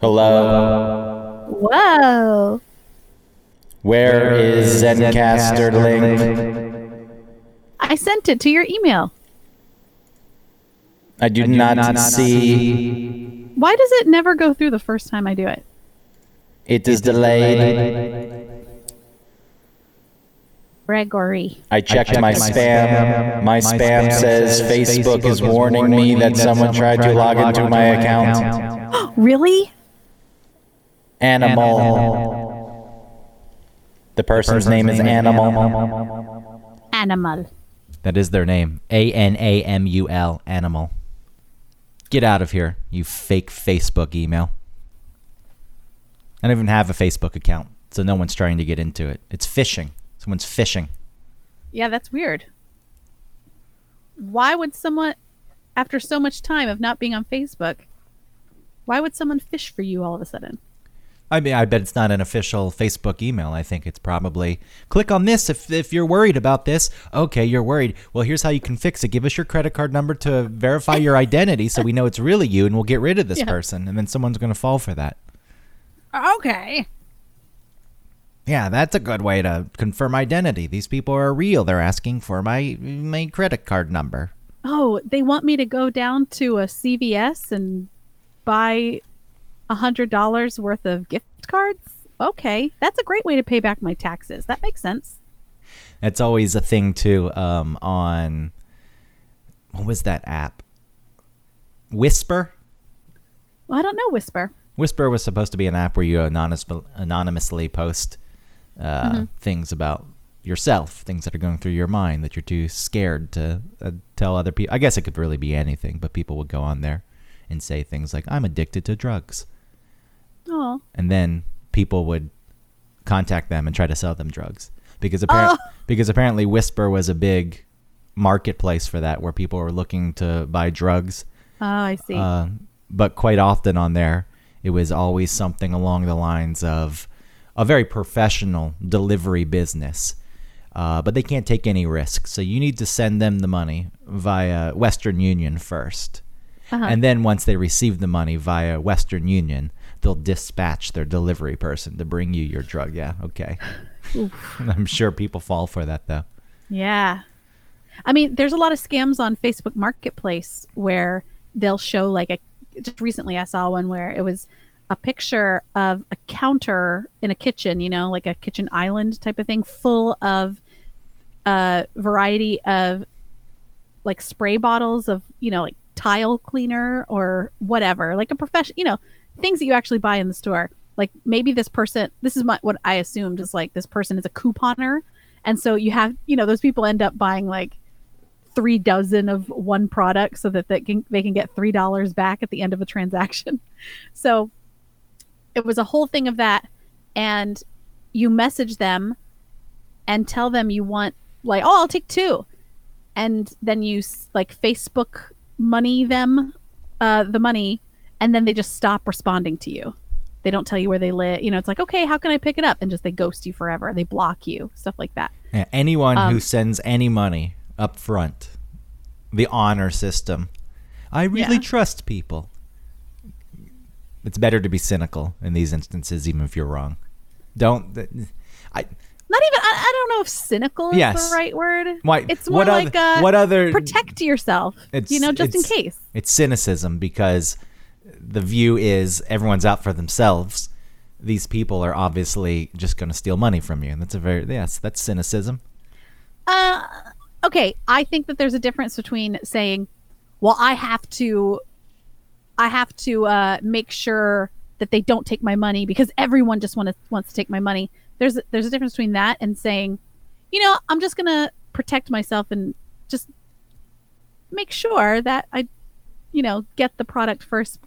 Hello. Whoa. Where is Zencaster link? I sent it to your email. I do not see. Why does it never go through the first time I do it? It is delayed. Gregory. I checked my spam. My spam says Facebook is warning me that someone tried to log into my account. Really? Animal. The person's name is Animal. Animal. That is their name. A N A M U L, animal. Get out of here, you fake Facebook email. I don't even have a Facebook account, so no one's trying to get into it. It's phishing. Someone's phishing. Yeah, that's weird. Why would someone, after so much time of not being on Facebook, why would someone fish for you all of a sudden? I mean, I bet it's not an official Facebook email. I think it's probably click on this if, if you're worried about this. Okay, you're worried. Well, here's how you can fix it. Give us your credit card number to verify your identity so we know it's really you and we'll get rid of this Yeah. person. And then someone's going to fall for that. Okay. Yeah, that's a good way to confirm identity. These people are real. They're asking for my my credit card number. Oh, they want me to go down to a CVS and buy a hundred dollars worth of gift cards. Okay, that's a great way to pay back my taxes. That makes sense. That's always a thing too. Um, on what was that app? Whisper. Well, I don't know, Whisper. Whisper was supposed to be an app where you anonymous, anonymously post uh, things about yourself, things that are going through your mind that you're too scared to uh, tell other people. I guess it could really be anything, but people would go on there and say things like, "I'm addicted to drugs." Oh, and then people would contact them and try to sell them drugs because apparently because apparently Whisper was a big marketplace for that where people were looking to buy drugs oh, I see. uh, but quite often on there it was always something along the lines of a very professional delivery business uh, but they can't take any risks so you need to send them the money via Western Union first and then once they receive the money via Western Union, they'll dispatch their delivery person to bring you your drug. Yeah, okay. I'm sure people fall for that though. Yeah. I mean, there's a lot of scams on Facebook Marketplace where they'll show like a just recently I saw one where it was a picture of a counter in a kitchen, you know, like a kitchen island type of thing full of a variety of like spray bottles of, you know, like tile cleaner or whatever, like a profession, you know, things that you actually buy in the store. Like maybe this person, this is my, what I assumed is like this person is a couponer and so you have, you know, those people end up buying like three dozen of one product so that they can, they can get $3 back at the end of a transaction. So it was a whole thing of that. And you message them and tell them you want, like, oh, I'll take two. And then you s- like Facebook money them uh, the money. And then they just stop responding to you. They don't tell you where they live. You know, it's like, okay, how can I pick it up? And just they ghost you forever. They block you, stuff like that. Yeah, anyone who Um, sends any money up front, the honor system. I really Yeah. trust people. It's better to be cynical in these instances, even if you're wrong. Don't. th- I not even I, I don't know if cynical is Yes. the right word. Why- It's more what like oth- uh, what other- protect yourself. you know, just in it's- case. It's cynicism because the view is everyone's out for themselves. These people are obviously just going to steal money from you. And that's a very, yes, that's cynicism. Uh, okay, I think that there's a difference between saying, "Well, I have to, I have to uh, make sure that they don't take my money because everyone just want to wants to take my money." There's there's a difference between that and saying, "You know, I'm just gonna protect myself and just make sure that I, you know, get the product first,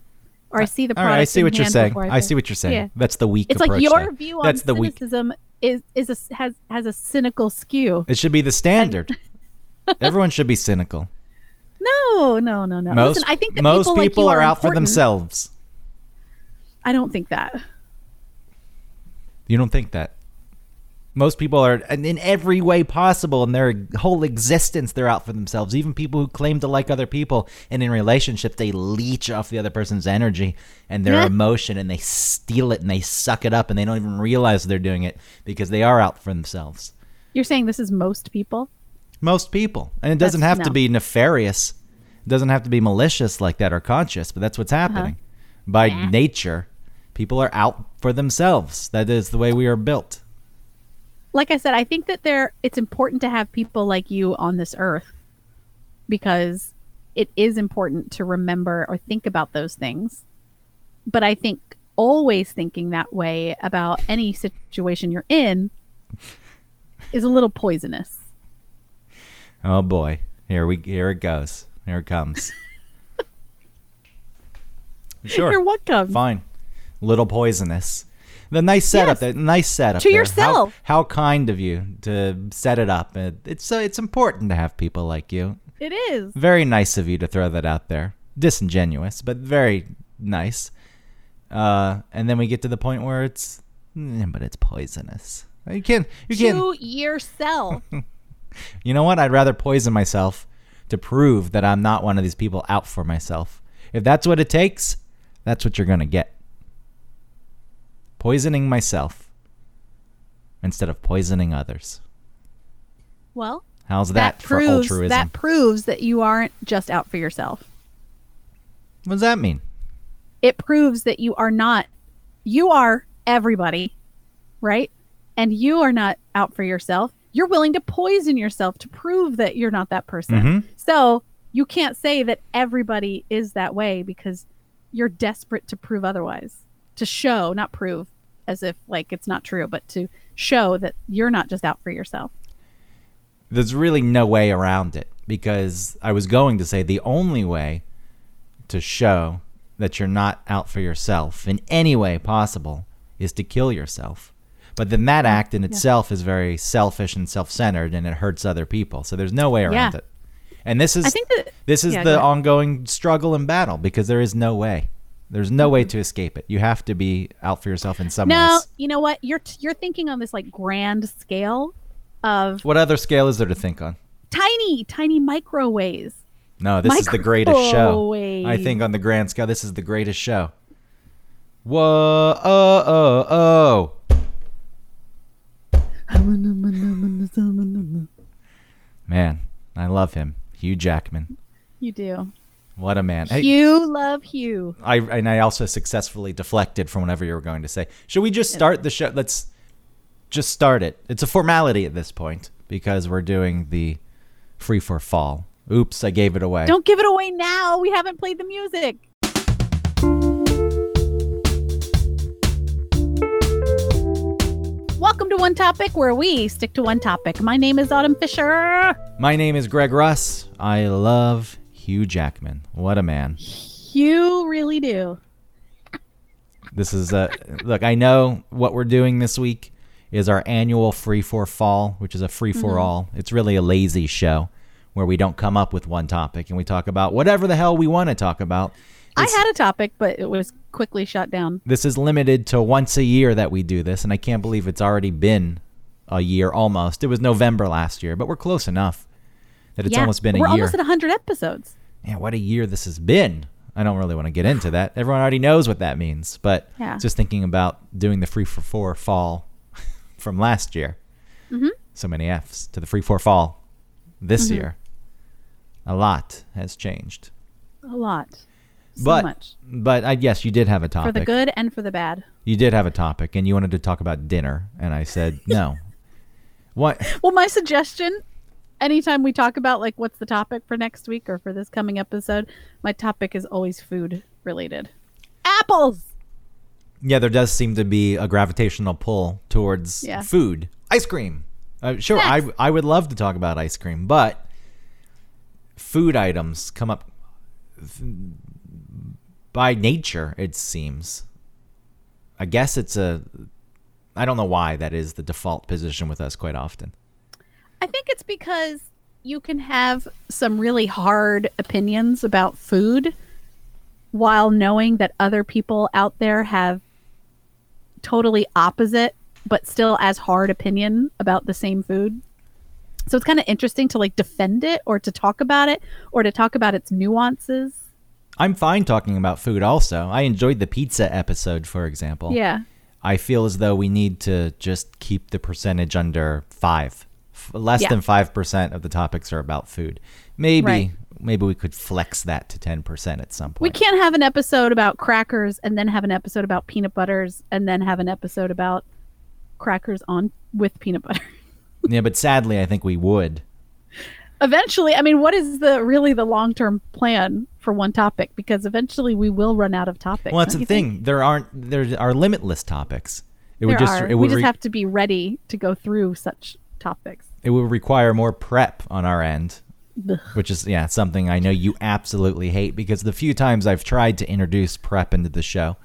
or I see the Uh, All product." right, I see in what you're hand saying. before I pay." see what you're saying. Yeah. That's the weak It's approach. like your there. view on That's the weak. cynicism is is a s has has a cynical skew. It should be the standard. Everyone should be cynical. No, no, no, no. most Listen, I think that most people, people, like are, you are out for important. themselves. I don't think that. You don't think that? most people are and in every way possible in their whole existence they're out for themselves even people who claim to like other people and in relationships they leech off the other person's energy and their Yeah. emotion and they steal it and they suck it up and they don't even realize they're doing it because they are out for themselves You're saying this is most people? most people and it doesn't That's- have to no. be nefarious it doesn't have to be malicious like that or conscious but that's what's happening by Uh-huh. Yeah. nature people are out for themselves that is the way we are built Like I said, I think that there it's important to have people like you on this earth because it is important to remember or think about those things. But I think always thinking that way about any situation you're in is a little poisonous. Oh boy, here we here it goes. Here it comes. You're sure, welcome. fine. Little poisonous. The nice setup. The Yes. nice setup. To there. How- yourself. How, kind of you to set it up. It- It's uh, it's important to have people like you. It is. Very nice of you to throw that out there. Disingenuous, but very nice. Uh, and then we get to the point where it's, "Mm, but it's poisonous. You can't. You can't. To yourself. You know what? I'd rather poison myself to prove that I'm not one of these people out for myself. If that's what it takes, that's what you're going to get. Poisoning myself instead of poisoning others. well, How's that, for proves altruism? that proves that you aren't just out for yourself. what does that mean? It proves that you are not you are everybody, right? And you are not out for yourself. You're willing to poison yourself to prove that you're not that person. Mhm. So, you can't say that everybody is that way because you're desperate to prove otherwise. To show, not prove as if like it's not true, but to show that you're not just out for yourself. there's really no way around it because I was going to say the only way to show that you're not out for yourself in any way possible is to kill yourself. But then that act in itself is very selfish and self-centered and it hurts other people. So there's no way around Yeah. it. And this is I think that this is yeah, go the ahead. ongoing struggle and battle because there is no way. There's no Mm-hmm. way to escape it. You have to be out for yourself in some No, ways. you know what? You're t- you're thinking on this like grand scale of What other scale is there to think on? tiny, tiny micro ways. No, this is the greatest show. I Microwave. think on the grand scale, this is the greatest show. Whoa, oh, oh, oh. Man, I love him. Hugh Jackman. You do. What a man. Hey, You love Hugh. I, and I also successfully deflected from whatever you were going to say. Should we just start the show? Let's just start it. It's a formality at this point because we're doing the free for fall. Oops, I gave it away. Don't give it away now. We haven't played the music. Welcome to One Topic, where we stick to one topic. My name is Autumn Fisher. My name is Greg Russ. I love Hugh Jackman. What a man. You really do. This is a look. I know what we're doing this week is our annual free for fall, which is a free for Mm-hmm. all. It's really a lazy show where we don't come up with one topic and we talk about whatever the hell we want to talk about. I It's- had a topic, but it was quickly shut down. this is limited to once a year that we do this, and I can't believe it's already been a year almost. It was November last year, but we're close enough that it's almost been a We're year. almost at 100 episodes. man, what a year this has been. I don't really want to get into that. Everyone already knows what that means, but Yeah. just thinking about doing the free for four fall from last year. Mm-hmm. So many F's to the free for fall this year. A lot has changed. A lot. So but much. but I guess you did have a For topic. the good and for the bad. You did have a topic and you wanted to talk about dinner and I said no. What Well, my suggestion anytime we talk about like what's the topic for next week or for this coming episode, my topic is always food related. Apples. Yeah, there does seem to be a gravitational pull towards Yeah. food, ice cream. Uh, sure, I I would love to talk about ice cream, but food items come up f- by nature. It seems. I guess it's a. I don't know why that is the default position with us quite often. I think it's because you can have some really hard opinions about food while knowing that other people out there have totally opposite but still as hard opinion about the same food. So it's kind of interesting to like defend it or to talk about it or to talk about its nuances. I'm fine talking about food also. I enjoyed the pizza episode, for example. Yeah. I feel as though we need to just keep the percentage under five. F- less Yeah. than 5% of the topics are about food. Maybe. Right. Maybe we could flex that to 10% at some point. We can't have an episode about crackers and then have an episode about peanut butters and then have an episode about crackers on with peanut butter. Yeah, but sadly, I think we would. eventually, I mean, what is the really the long-term plan for one topic because eventually we will run out of topics. Well, that's don't the you think? thing. There aren't there are limitless topics. It There would just are. it we would just re- have to be ready to go through such topics. it would require more prep on our end, Ugh. which is yeah something I know you absolutely hate because the few times I've tried to introduce prep into the show,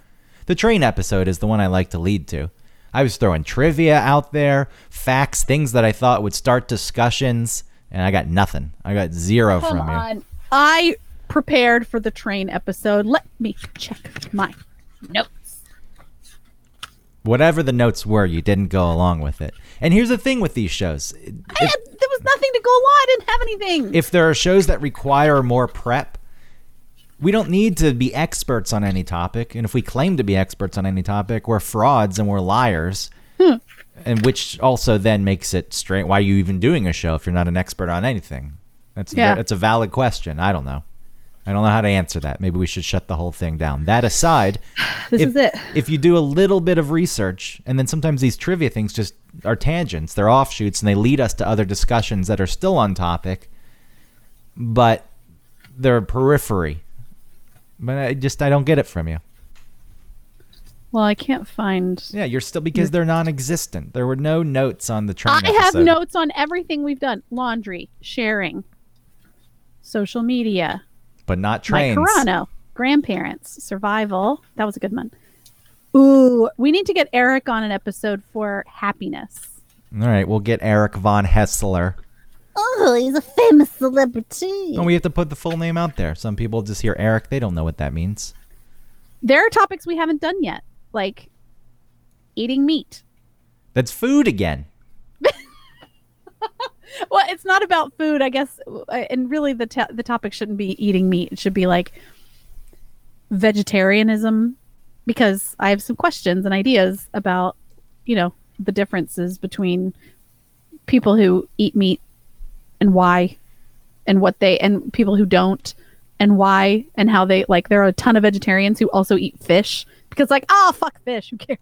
the train episode is the one I like to lead to. I was throwing trivia out there, facts, things that I thought would start discussions, and I got nothing. I got zero Come from you. on. I prepared for the train episode. Let me check my notes. Whatever the notes were, you didn't go along with it. And here's the thing with these shows. I had, there was nothing to go along. I didn't have anything. if there are shows that require more prep, we don't need to be experts on any topic. And if we claim to be experts on any topic, we're frauds and we're liars. and which also then makes it straight. Why are you even doing a show if you're not an expert on anything? That's Yeah. that's a valid question. I don't know. I don't know how to answer that. Maybe we should shut the whole thing down. That aside, this if, is it. if you do a little bit of research, and then sometimes these trivia things just are tangents, they're offshoots, and they lead us to other discussions that are still on topic, but they're periphery. But I just I don't get it from you. Well, I can't find. Yeah, you're still because they're non-existent. There were no notes on the train. I have episode. notes on everything we've done: laundry, sharing, social media, but not my trains. Carano, grandparents, survival. That was a good one. Ooh, we need to get Eric on an episode for happiness. All right, we'll get Eric von Hessler. Oh, he's a famous celebrity. And we have to put the full name out there. Some people just hear Eric; they don't know what that means. there are topics we haven't done yet, like eating meat. That's food again. Well, it's not about food, I guess, uh, and really the to- the topic shouldn't be eating meat. It should be like vegetarianism, because I have some questions and ideas about, you know, the differences between people who eat meat and why, and what they and people who don't, and why and how they like. There are a ton of vegetarians who also eat fish because, like, ah, fuck fish. Who cares?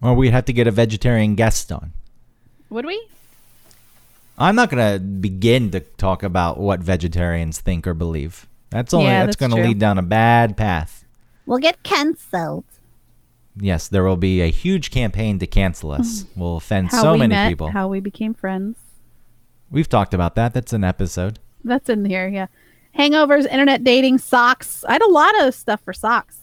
Or we'd have to get a vegetarian guest on. Would we? I'm not going to begin to talk about what vegetarians think or believe. That's only Yeah, that's, that's going to true. lead down a bad path. We'll get cancelled. Yes, there will be a huge campaign to cancel us. We'll offend Hmm. How so we many met, people. How we became friends. We've talked about that. That's an episode. That's in here, yeah. Hangovers, internet dating, socks. I had a lot of stuff for socks.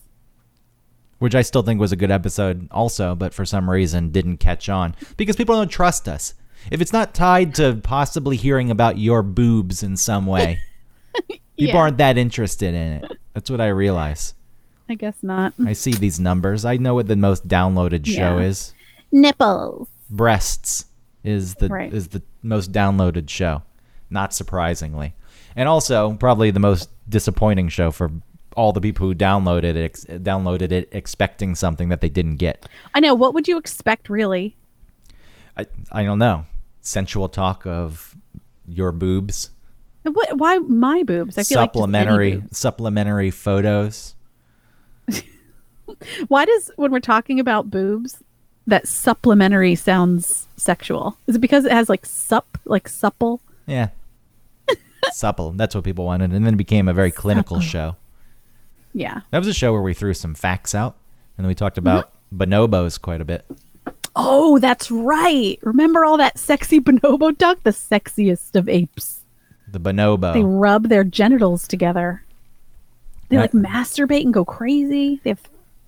which I still think was a good episode also, but for some reason didn't catch on because people don't trust us. If it's not tied to possibly hearing about your boobs in some way, people Yeah. aren't that interested in it. That's what I realize. I guess not. I see these numbers. I know what the most downloaded show Yeah. is. Nipples. Breasts is the Right. is the most downloaded show, not surprisingly. And also probably the most disappointing show for all the people who downloaded it ex- downloaded it expecting something that they didn't get. I know. What would you expect, really? I, I don't know. Sensual talk of your boobs, And What, why my boobs? I feel like just any supplementary boob. supplementary photos. Why does when we're talking about boobs, that supplementary sounds sexual? Is it because it has like sup, like supple? Yeah. Supple. That's what people wanted. And then it became a very clinical show. Yeah. That was a show where we threw some facts out and we talked Mm-hmm. about bonobos quite a bit. Oh, that's right. Remember all that sexy bonobo duck, the sexiest of apes. The They bonobo. rub their genitals together. They like Right. masturbate and go crazy. They have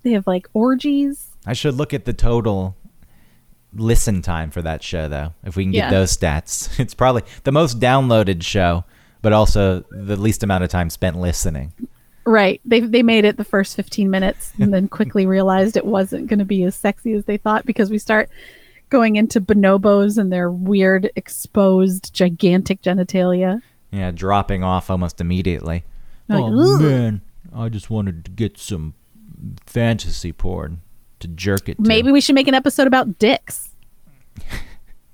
they have like orgies. I should look at the total listen time for that show though. If we can Yeah. get those stats. It's probably the most downloaded show, but also the least amount of time spent listening. Right. They they made it the first 15 minutes and then quickly realized it wasn't going to be as sexy as they thought because we start going into bonobos and their weird exposed gigantic genitalia. Yeah, dropping off almost immediately. Like, oh "Ugh." man, I just wanted to get some fantasy porn to jerk it. To. Maybe we should make an episode about dicks.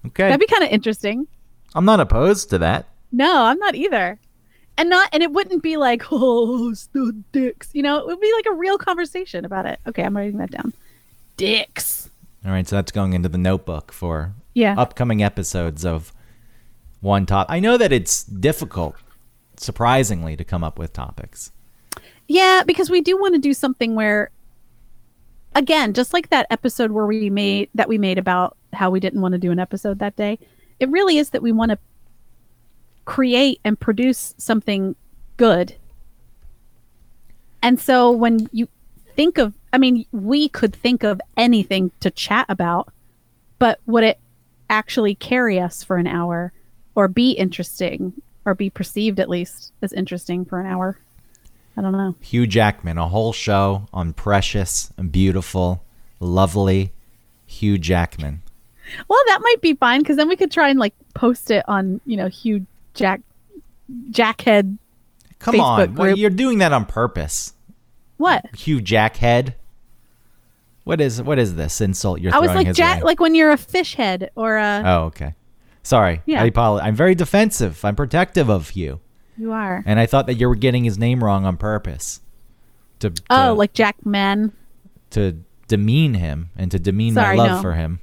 okay. That'd be kind of interesting. I'm not opposed to that. No, I'm not either. And not and it wouldn't be like, "Oh, still dicks." You know, it would be like a real conversation about it. Okay, I'm writing that down. Dicks. All right, so that's going into the notebook for Yeah. upcoming episodes of one top. I know that it's difficult, surprisingly, to come up with topics. Yeah, because we do want to do something where again, just like that episode where we made that we made about how we didn't want to do an episode that day, it really is that we want to create and produce something good. And so when you think of I mean, we could think of anything to chat about, but would it actually carry us for an hour or be interesting or be perceived at least as interesting for an hour? I don't know. Hugh Jackman, a whole show on precious, beautiful, lovely Hugh Jackman. Well, that might be fine because then we could try and like post it on you know Hugh Jack Jackhead. Come Facebook on, well, group. you're doing that on purpose, What Hugh Jackhead. What is what is this insult you're I throwing was like his Jack, way? like when you're a fish head or a oh, okay. Sorry. Yeah. I apologize. I'm very defensive. I'm protective of Hugh. you are And I thought that you were getting his name wrong on purpose. To, to oh like Jack Man. to demean him and to demean Sorry, my love no. for him.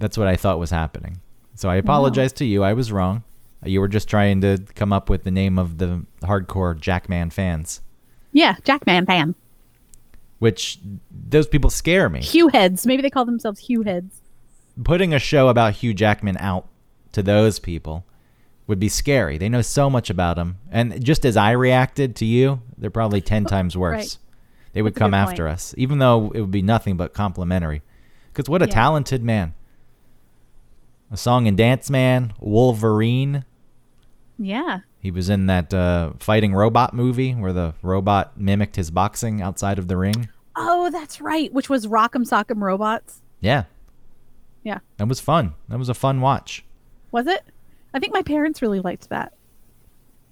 That's what I thought was happening. So I apologize to you. I was wrong. You were just trying to come up with the name of the hardcore Jackman fans, Yeah, Jackman fan. which those people scare me. Hugh heads. Maybe they call themselves Hugh heads. Putting a show about Hugh Jackman out to those people would be scary. They know so much about him. And just as I reacted to you, they're probably 10 times worse. right. They would That's a come good after point. us, even though it would be nothing but complimentary. Because what a Yeah. talented man. A song and dance man, Wolverine. Yeah. He was in that uh, fighting robot movie where the robot mimicked his boxing outside of the ring. Oh, that's right. Which was Rock'em Sock'em Robots. Yeah, Yeah. that was fun. That was a fun watch. Was it? I think my parents really liked that.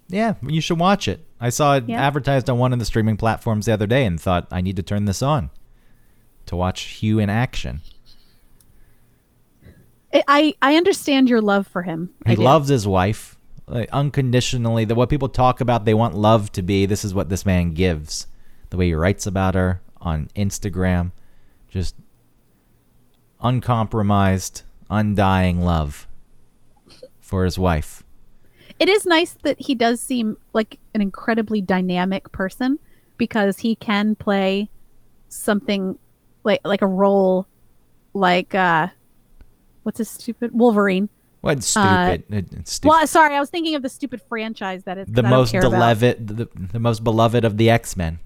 Yeah, you should watch it. I saw it Yeah. advertised on one of the streaming platforms the other day and thought I need to turn this on to watch Hugh in action. I I, I understand your love for him. He I do. loves his wife like, unconditionally. That what people talk about, they want love to be. This is what this man gives. The way he writes about her on Instagram, just uncompromised, undying love for his wife. it is nice that he does seem like an incredibly dynamic person because he can play something like like a role like uh what's his stupid Wolverine. What stupid! it- it's stupid. Uh, Well, sorry, I was thinking of the stupid franchise that it's the most beloved, the, the most beloved of the X Men.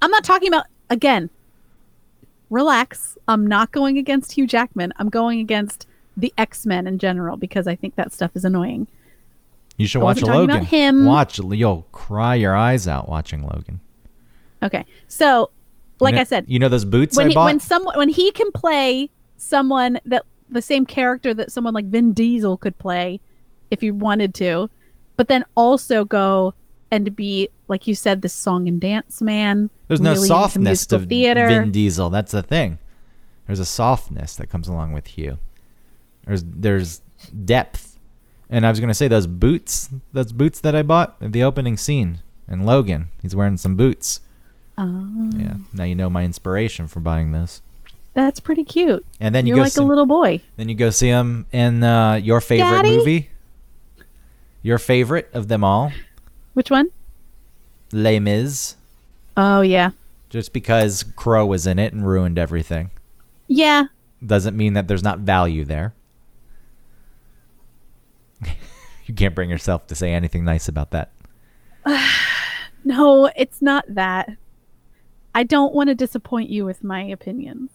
I'm not talking about again. Relax. I'm not going against Hugh Jackman. I'm going against the X-Men in general because I think that stuff is annoying. You should I watch wasn't talking Logan. about him. Watch, you'll cry your eyes out watching Logan. Okay. So, like You I kn- said, you know those boots when I he, bought. when someone when he can play someone that the same character that someone like Vin Diesel could play if he wanted to, but then also go and be like you said, this song and dance man. There's no really into softness to musical theater. Vin Diesel. That's the thing. There's a softness that comes along with Hugh. There's there's depth, and I was gonna say those boots. Those boots that I bought at the opening scene in Logan. He's wearing some boots. Oh, Yeah. Now you know my inspiration for buying those. that's pretty cute. And then you You're go like see, a little boy. then you go see him in uh, your favorite Daddy? movie. Your favorite of them all, Which one? Les Mis. Oh yeah, Just because Crow was in it and ruined everything yeah. doesn't mean that there's not value there. you can't bring yourself to say anything nice about that. No, it's not that. I don't want to disappoint you with my opinions.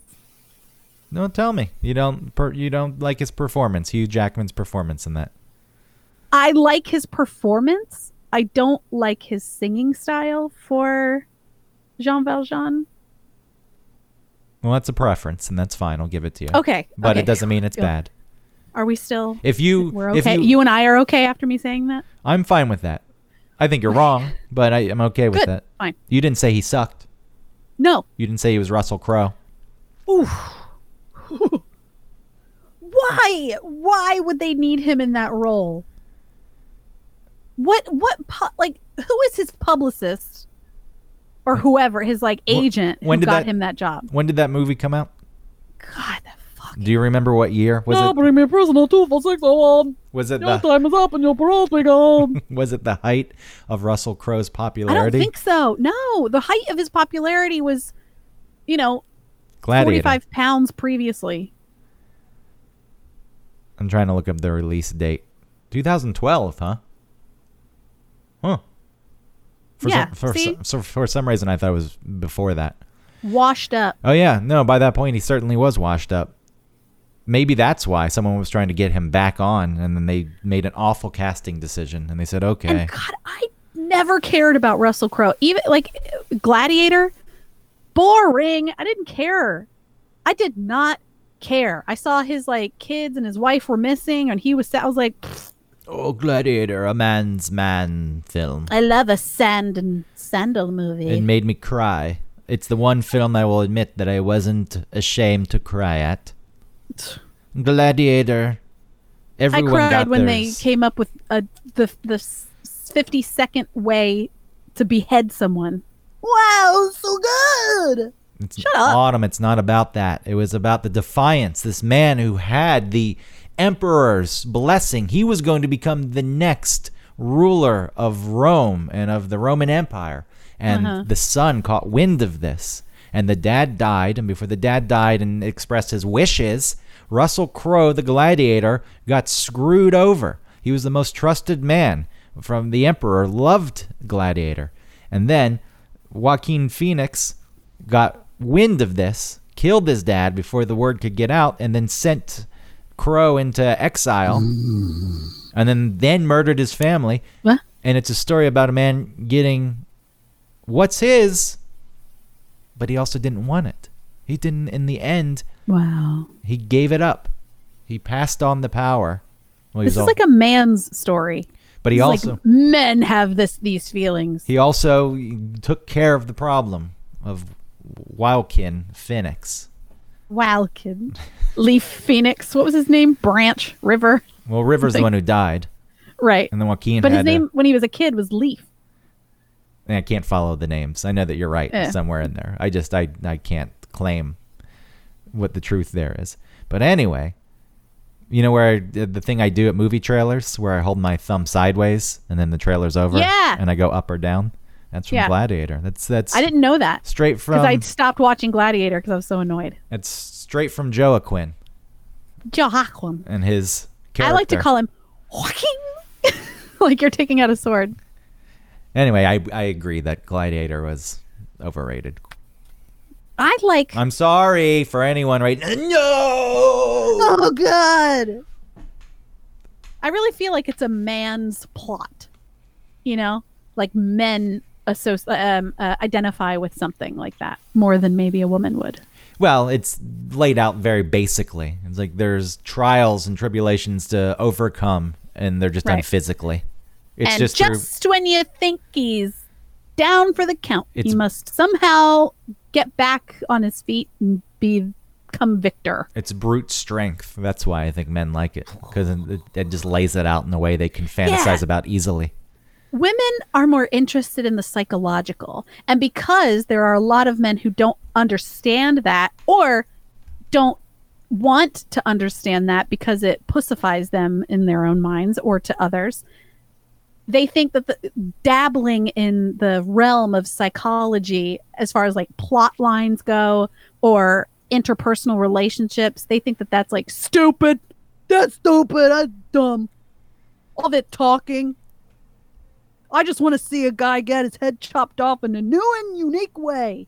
No, tell me. You don't per, you don't like his performance, Hugh Jackman's performance in that. I like his performance. I don't like his singing style for Jean Valjean. Well, that's a preference, and that's fine. I'll give it to you. Okay, But okay. it doesn't mean it's Good. bad. Are we still? If you, We're if okay. you, You, and I are okay after me saying that. I'm fine with that. I think you're wrong, but I, I'm okay with Good. that. Fine. You didn't say he sucked. No. You didn't say he was Russell Crowe. Why? Why would they need him in that role? What? What? Pu- like, who is his publicist, or whoever his like agent when who did got that- him that job? When did that movie come out? God, that fucking. Do you remember what year was it? bring me a prisoner two for six oh one. Was it the time is up and your parole's be gone. was it the height of Russell Crowe's I don't popularity? think so. No, the height of his popularity was, you know, Gladiator. forty-five pounds previously. I'm trying to look up the release date. 2012, huh? Huh. For Yeah, Some, for, see? some, so for some reason, I thought it was before that. Washed up. Oh yeah, no. By that point, he certainly was washed up. Maybe that's why someone was trying to get him back on, and then they made an awful casting decision, and they said, "Okay, And God, I never cared about Russell Crowe. Even like Gladiator, boring. I didn't care. I did not care. I saw his like kids and his wife were missing, and he was. Sad. I was like, "Pfft, oh, Gladiator, a man's man film." I love a sand and sandal movie. It made me cry. It's the one film I will admit that I wasn't ashamed to cry at. Gladiator. I Everyone cried got when theirs. they came up with a, the the fifty second way to behead someone. Wow, so good. It's Shut up. Autumn, it's not about that. It was about the defiance. This man who had the emperor's blessing, he was going to become the next ruler of Rome and of the Roman Empire. And Uh-huh. the son caught wind of this. And the dad died. And before the dad died and expressed his wishes, Russell Crowe, the gladiator, got screwed over. He was the most trusted man from the emperor, loved gladiator. And then Joaquin Phoenix got wind of this, killed his dad before the word could get out, and then sent Crow into exile, and then then murdered his family. What? And it's a story about a man getting what's his, but he also didn't want it. He didn't. In the end, Wow, he gave it up. He passed on the power. Well, he this was is all- like a man's story. but he It's also like men have this these feelings. He also took care of the problem of Wildkin Phoenix. wow, kid. Leaf Phoenix. What was his name? Branch River. Well, River's the Like- one who died, Right. and then Joaquin. But his had to- name when he was a kid was Leaf. I can't follow the names. I know that you're right Yeah. somewhere in there. I just I I can't claim what the truth there is. But anyway, you know where I, the thing I do at movie trailers where I hold my thumb sideways and then the trailer's over Yeah. and I go up or down. That's from Yeah. Gladiator. That's that's I didn't know that straight from because I stopped watching Gladiator because I was so annoyed. it's straight from Joaquin Joaquin. and his I character. like to call him Joaquin. like you're taking out a sword. Anyway, I I agree that Gladiator was overrated. I like I'm sorry for anyone right No. Oh, God. I really feel like it's a man's plot. You know, like men associ- um, uh, identify with something like that more than maybe a woman would. Well, it's laid out very basically. It's like there's trials and tribulations to overcome, and they're just done Right. physically. It's and just, just, through- when you think he's down for the count, It's- he must somehow get back on his feet and be- become victor. it's brute strength. That's why I think men like it because it, it just lays it out in a way they can fantasize about easily. Women are more interested in the psychological, and because there are a lot of men who don't understand that or don't want to understand that because it pussifies them in their own minds or to others. They think that the, dabbling in the realm of psychology, as far as like plot lines go or interpersonal relationships, they think that that's like stupid. That's stupid. That's dumb. All that talking. I just want to see a guy get his head chopped off in a new and unique way.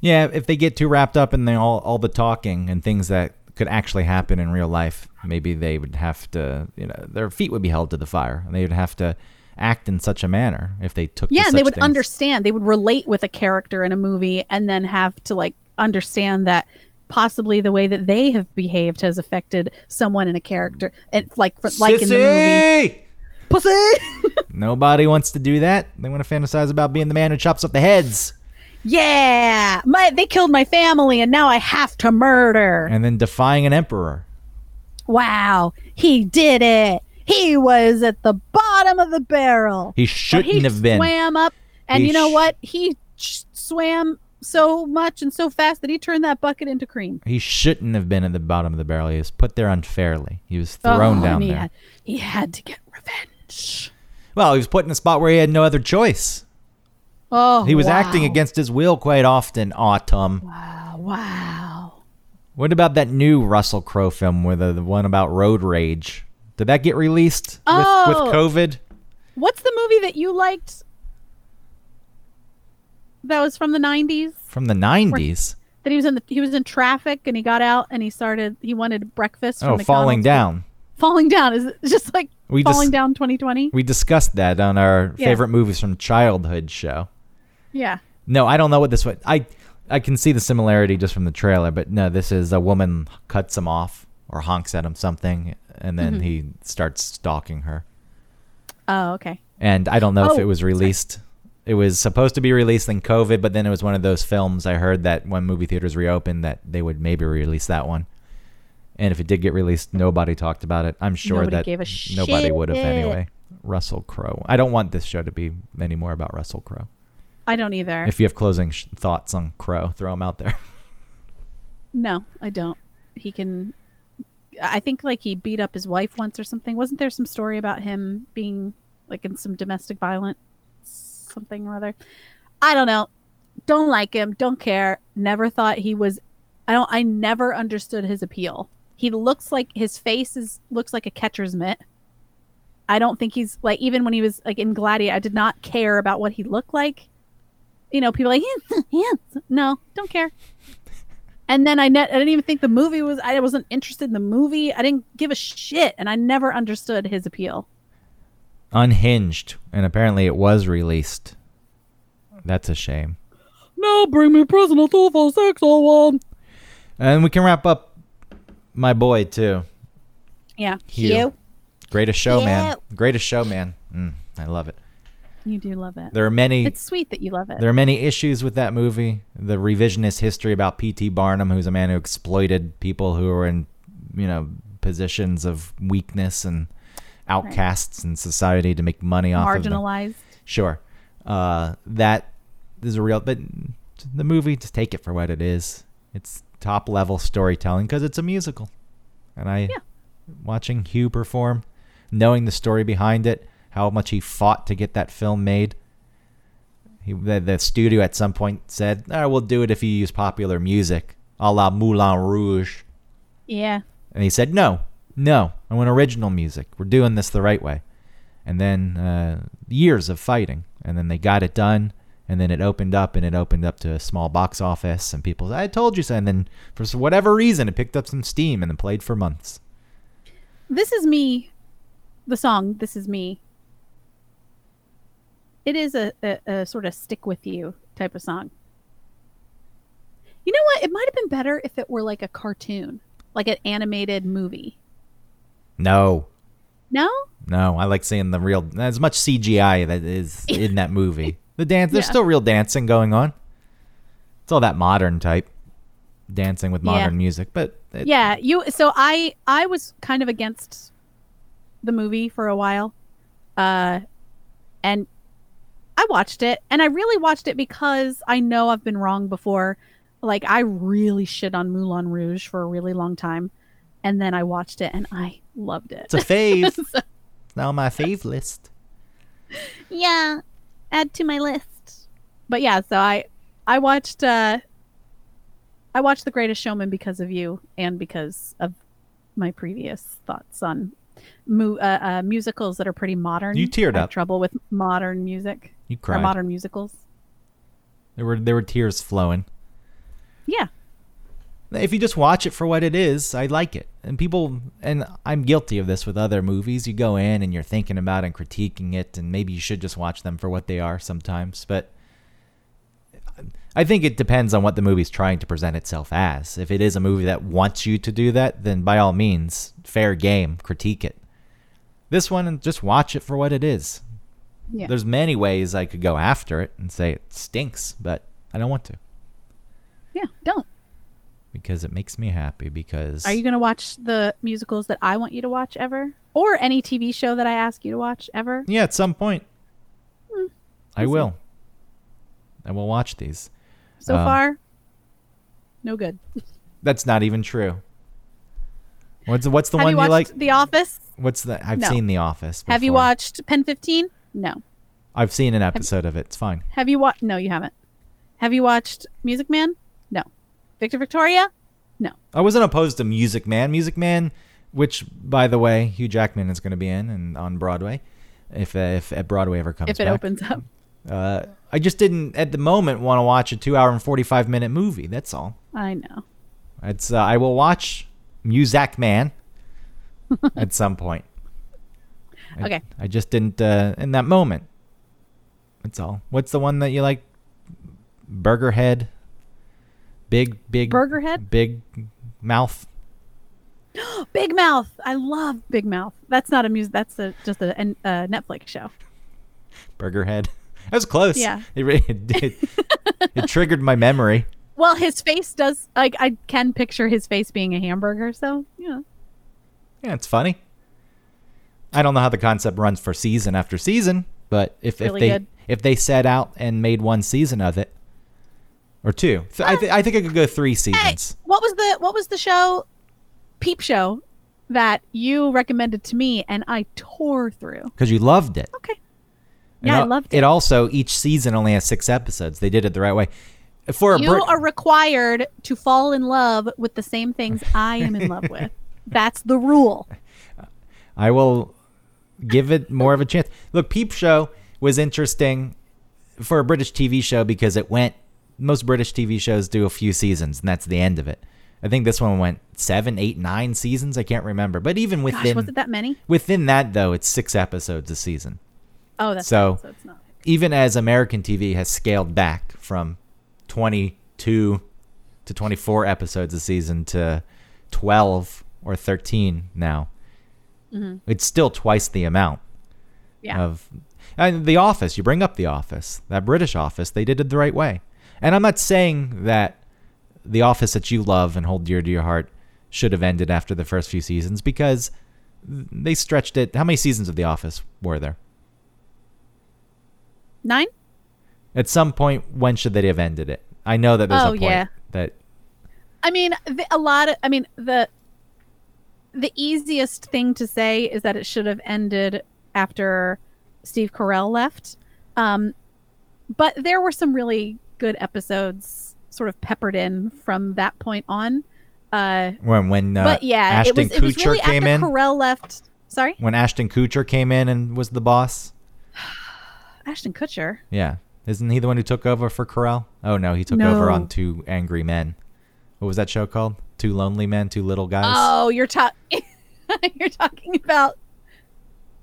Yeah, if they get too wrapped up in the, all all the talking and things that could actually happen in real life, maybe they would have to, you know, their feet would be held to the fire, and they would have to act in such a manner if they took. to Yeah, and they such would things. understand. They would relate with a character in a movie and then have to like understand that possibly the way that they have behaved has affected someone in a character and like for, like in the movie. Sissy! Pussy. Nobody wants to do that. They want to fantasize about being the man who chops up the heads yeah. My they killed my family and now I have to murder. and then defying an emperor. Wow. He did it. He was at the bottom of the barrel. He But shouldn't he have been. swam up and He you know sh- what? He sh- swam so much and so fast that he turned that bucket into cream. He shouldn't have been at the bottom of the barrel. He was put there unfairly. He was thrown Oh, down and he there. Had, he had to get revenge. Well, he was put in a spot where he had no other choice. Oh, He was wow. acting against his will quite often, Autumn. Wow, wow. What about that new Russell Crowe film with uh, the, the one about road rage? Did that get released with, Oh. with COVID? What's the movie that you liked? That was from the '90s. From the 90s? That he was in the he was in traffic and he got out and he started he wanted breakfast. From Oh, Falling McDonald's. Down. Falling down is it just like We falling just- down 2020. We discussed that on our Yeah. favorite movies from childhood show. yeah. No, I don't know what this was. I I can see the similarity just from the trailer, but no, this is a woman cuts him off or honks at him something, and then Mm-hmm. he starts stalking her. Oh, okay. And I don't know if Oh, it was released. It was supposed to be released in COVID, but then it was one of those films I heard that when movie theaters reopened that they would maybe release that one. And if it did get released, nobody talked about it. I'm sure Nobody that gave a nobody would have shit. anyway. Russell Crowe. I don't want this show to be any more about Russell Crowe. I don't either. If you have closing sh- thoughts on Crow, throw them out there. no, I don't. He can. I think like he beat up his wife once or something. Wasn't there some story about him being like in some domestic violence something or other? I don't know. Don't like him. Don't care. Never thought he was. I don't. I never understood his appeal. He looks like his face is looks like a catcher's mitt. I don't think he's like even when he was like in Gladiator. I did not care about what he looked like. You know, people are like "He's handsome." No, don't care. And then I, ne- I didn't even think the movie was. I wasn't interested in the movie. I didn't give a shit, and I never understood his appeal. Unhinged, and apparently it was released. That's a shame. Now bring me prisoner two four six oh one. And we can wrap up my boy too. Yeah, Hugh. Greatest showman. Hugh. Greatest showman. Mm, I love it. you do love it. There are many It's sweet that you love it. there are many issues with that movie. The revisionist history about P.T. Barnum, who's a man who exploited people who were in, you know, positions of weakness and outcasts in society to make money off of them. Marginalized. Sure. Uh, that is a real, but the movie, just take it for what it is. It's top level storytelling because it's a musical. And I, Yeah. watching Hugh perform, knowing the story behind it, how much he fought to get that film made. He, the, the studio at some point said, "All right, we'll do it if you use popular music, a la Moulin Rouge." Yeah. And he said, "No, no, I want original music. We're doing this the right way." And then uh, years of fighting, and then they got it done, and then it opened up, and it opened up to a small box office, and people, said, "I told you so." And then for whatever reason, it picked up some steam and then played for months. This is me. The song "This Is Me." It is a, a, a sort of stick with you type of song. You know what? It might have been better if it were like a cartoon, like an animated movie. No, No? no, I like seeing the real as much CGI that is in that movie. The dance, there's Yeah. still real dancing going on. It's all that modern type dancing with Yeah. modern music, but it, yeah you so i i was kind of against the movie for a while uh and i watched it and i really watched it because i know i've been wrong before like i really shit on moulin rouge for a really long time and then i watched it and i loved it it's a fave. now my fave list. yeah add to my list but yeah so i i watched uh i watched the greatest showman because of you and because of my previous thoughts on mu- uh, uh, musicals that are pretty modern You teared I have up. trouble with modern music You or cried. modern musicals There were there were tears flowing. yeah if you just watch it for what it is, I like it. And people, and I'm guilty of this with other movies. You go in and you're thinking about and critiquing it, and maybe you should just watch them for what they are sometimes. But I think it depends on what the movie's trying to present itself as. If it is a movie that wants you to do that, then by all means, fair game, critique it. This one, just watch it for what it is. Yeah. There's many ways I could go after it and say it stinks, but I don't want to yeah, don't. because it makes me happy. Because Are you going to watch the musicals that I want you to watch ever? Or any TV show that I ask you to watch ever? Yeah, at some point. I Hmm. we'll see. will. I will watch these. So Um, far, no good. That's not even true. What's what's the Have one you you, watched like? The Office? What's the? I've No. seen The Office. Have you before. watched Pen 15? No. I've seen an episode of it. It's fine. Have you watched? No, you haven't. Have you watched Music Man? No. Victor Victoria? No. I wasn't opposed to Music Man. Music Man, which by the way, Hugh Jackman is going to be in and on Broadway, if if at Broadway ever comes. if it back. opens up. Uh, I just didn't at the moment want to watch a two-hour and forty-five minute movie. That's all. I know. It's uh, I will watch Muzak Man at some point. I- Okay. I just didn't uh, in that moment. That's all. What's the one that you like? Burger Head. Big big Burger Head? Big mouth. Big Mouth. I love Big Mouth. That's not a music. That's a, just a, an- a Netflix show. Burger Head. That was close. Yeah. It really it did. it triggered my memory. Well, his face does. Like I can picture his face being a hamburger. So yeah. Yeah, it's funny. I don't know how the concept runs for season after season, but if, Really if they good. if they set out and made one season of it, or two, Th- I, th- I think it could go three Ah. Hey, seasons. what was the what was the show? Peep Show that you recommended to me, and I tore through. because you loved it. Okay. And Yeah, I al- loved It also each season only has six episodes. They did it the right way. For a you Brit- are required to fall in love with the same things I am in love with. That's the rule. I will give it more of a chance. Look, Peep Show was interesting for a British TV show because it went. Most British TV shows do a few seasons, and that's the end of it. I think this one went seven, eight, nine seasons. I can't remember, but even Gosh, within was it that many? within that though, it's six episodes a season. Oh, that's So- so, so it's not. Even as American TV has scaled back from twenty-two to twenty-four episodes a season to twelve or thirteen now, it's still twice the amount Yeah. of and the office you bring up the office that british office they did it the right way and i'm not saying that the office that you love and hold dear to your heart should have ended after the first few seasons because they stretched it how many seasons of the office were there Nine? at some point when should they have ended it i know that there's Oh, a point yeah. that I mean, the, a lot of. I mean, the the easiest thing to say is that it should have ended after Steve Carell left. Um, but there were some really good episodes, sort of peppered in from that point on. Uh, when when uh, but yeah, ashton it was kutcher it was really came after in Carell left. Sorry, when ashton kutcher came in and was the boss Ashton Kutcher. yeah isn't he the one who took over for Carell? Oh no, he took over No. on Two Angry Men. What was that show called? Two Lonely Men, Two Little Guys. Oh, you're talking. you're talking about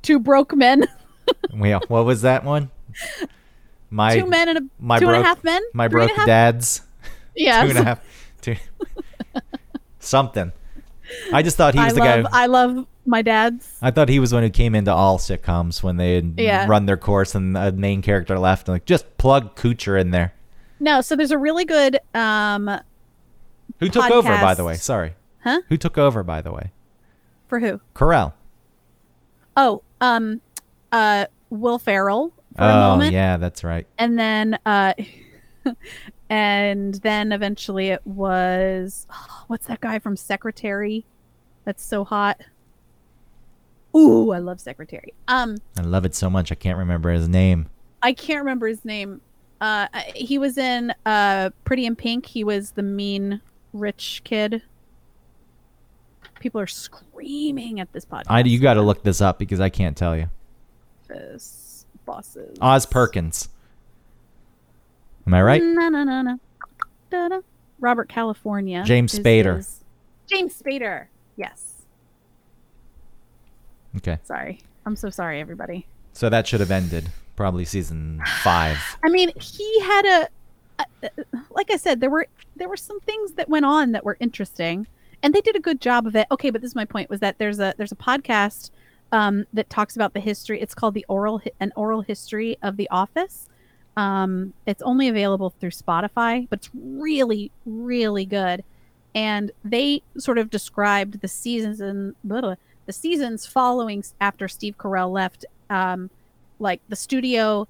two broke men, Well, what was that one? My two men and a my two and a broke- half men. my Three and broke a half- dad's Yes. two and a half two something. I just thought he was I the love, guy. I love my dad's. I thought he was the one who came into all sitcoms when they had Yeah. run their course and a main character left and like just plug Coocher in there. No, so there's a really good. Um, Who took over by the Podcast. way? Sorry. Huh? Who took over by the way? for who? Corell. Oh, um, uh, Will Ferrell for a oh moment, yeah, that's right. and then, uh, and then eventually it was what's that guy from Secretary? That's so hot. Ooh, I love Secretary. Um, I love it so much I can't remember his name. I can't remember his name. Uh, I- he was in uh, Pretty in Pink. He was the mean rich kid. People are screaming at this podcast. I you got to look this up because I can't tell you. Office bosses. Oz Perkins. Am I right? Mm. Na na na na. Da, da, Robert California. James is Spader. his- James Spader. Yes. Okay. Sorry. I'm so sorry, everybody. So that should have ended probably season five. I mean, he had a, a- like I said, there were there were some things that went on that were interesting, and they did a good job of it. Okay, but this is my point: was that there's a there's a podcast um, that talks about the history. It's called the oral Hi- an oral history of the Office. Um, it's only available through Spotify, but it's really really good, and they sort of described the seasons and blah, blah, the seasons following s- after Steve Carell left. Um, like the studio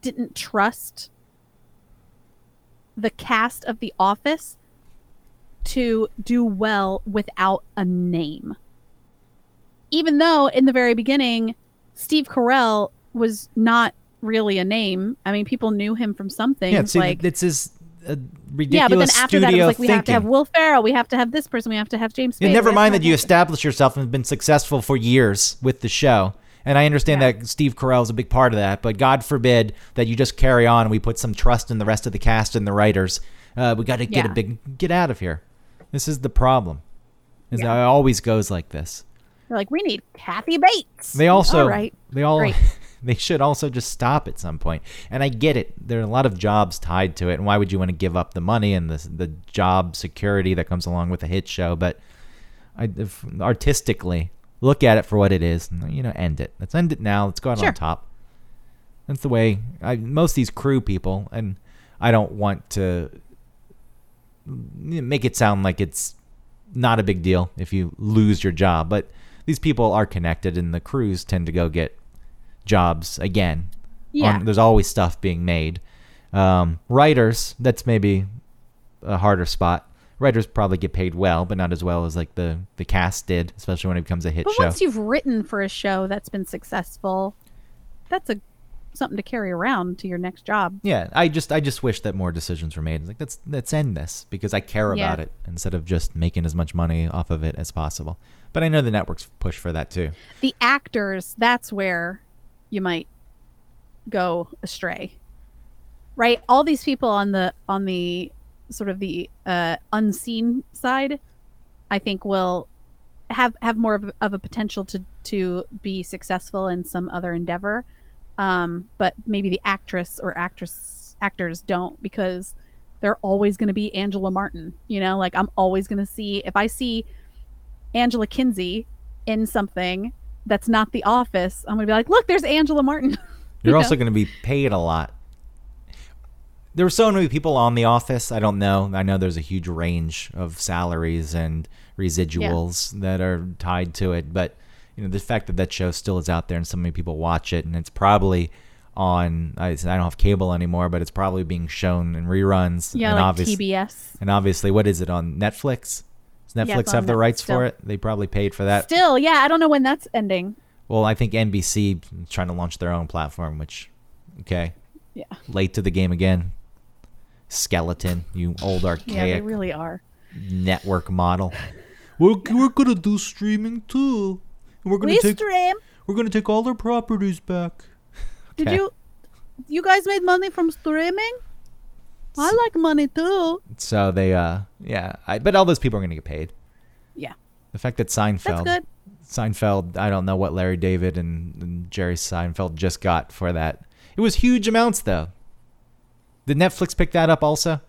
didn't trust the cast of The Office to do well without a name. Even though in the very beginning, Steve Carell was not really a name. I mean, people knew him from something. Yeah, see, like, it's this uh, ridiculous yeah, but then after that, it studio was like, we have to thinking. have Will Ferrell, we have to have this person, we have to have James. Yeah, Spader, never we have mind to that you have this established yourself and have been successful for years with the show. And I understand Yeah. that Steve Carell is a big part of that, but God forbid that you just carry on. and We put some trust in the rest of the cast and the writers. Uh, we got to get a Yeah. big get out of here. This is the problem. Is that it always goes like this. person. They're like, we need Kathy Bates. They also All right. they all Great. they should also just stop at some point. And I get it. There are a lot of jobs tied to it, and why would you want to give up the money and the the job security that comes along with a hit show? But I if, artistically look at it for what it is. And, you know, end it. Let's end it now. Let's go out Sure. on top. That's the way I most of these crew people, and I don't want to make it sound like it's not a big deal if you lose your job, but these people are connected, and the crews tend to go get jobs again. Yeah. there's always stuff being made. Um, writers, that's maybe a harder spot. Writers probably get paid well, but not as well as like the the cast did, especially when it becomes a hit But show. once you've written for a show that's been successful, that's a something to carry around to your next job. yeah, I just I just wish that more decisions were made. It's like let's let's end this because I care Yeah. about it instead of just making as much money off of it as possible. But I know the networks push for that too. The actors, that's where you might go astray. Right? All these people on the on the sort of the uh, unseen side, I think will have have more of, a- of a potential to to be successful in some other endeavor. Um, but maybe the actress or actress actors don't because they're always going to be Angela Martin. You know, like I'm always going to see if I see Angela Kinsey in something that's not The Office, I'm going to be like, look, there's Angela Martin. You're Yeah. also going to be paid a lot. There were so many people on The Office. I don't know. I know there's a huge range of salaries and residuals that are tied to it, but you know the fact that that show still is out there and so many people watch it, and it's probably on. I, I don't have cable anymore, but it's probably being shown in reruns. yeah, and like obvious- TBS. And obviously, what is it on Netflix? Does Yeah, Netflix it's on have the Netflix rights still. for it? They probably paid for that. Still, yeah, I don't know when that's ending. Well, I think NBC is trying to launch their own platform, which, okay. Yeah. Late to the game again. Skeleton, you old Yeah, they archaic really are. network model. We're, we're gonna do streaming too. And we're gonna We take stream. we're gonna take all their properties back. Did Okay. you? You guys made money from streaming. I like money too. So they uh yeah, I but all those people are gonna get paid. Yeah, The fact that that's Seinfeld good. Seinfeld, I don't know what Larry David and, and Jerry Seinfeld just got for that. It was huge amounts, though. Did Netflix pick that up also?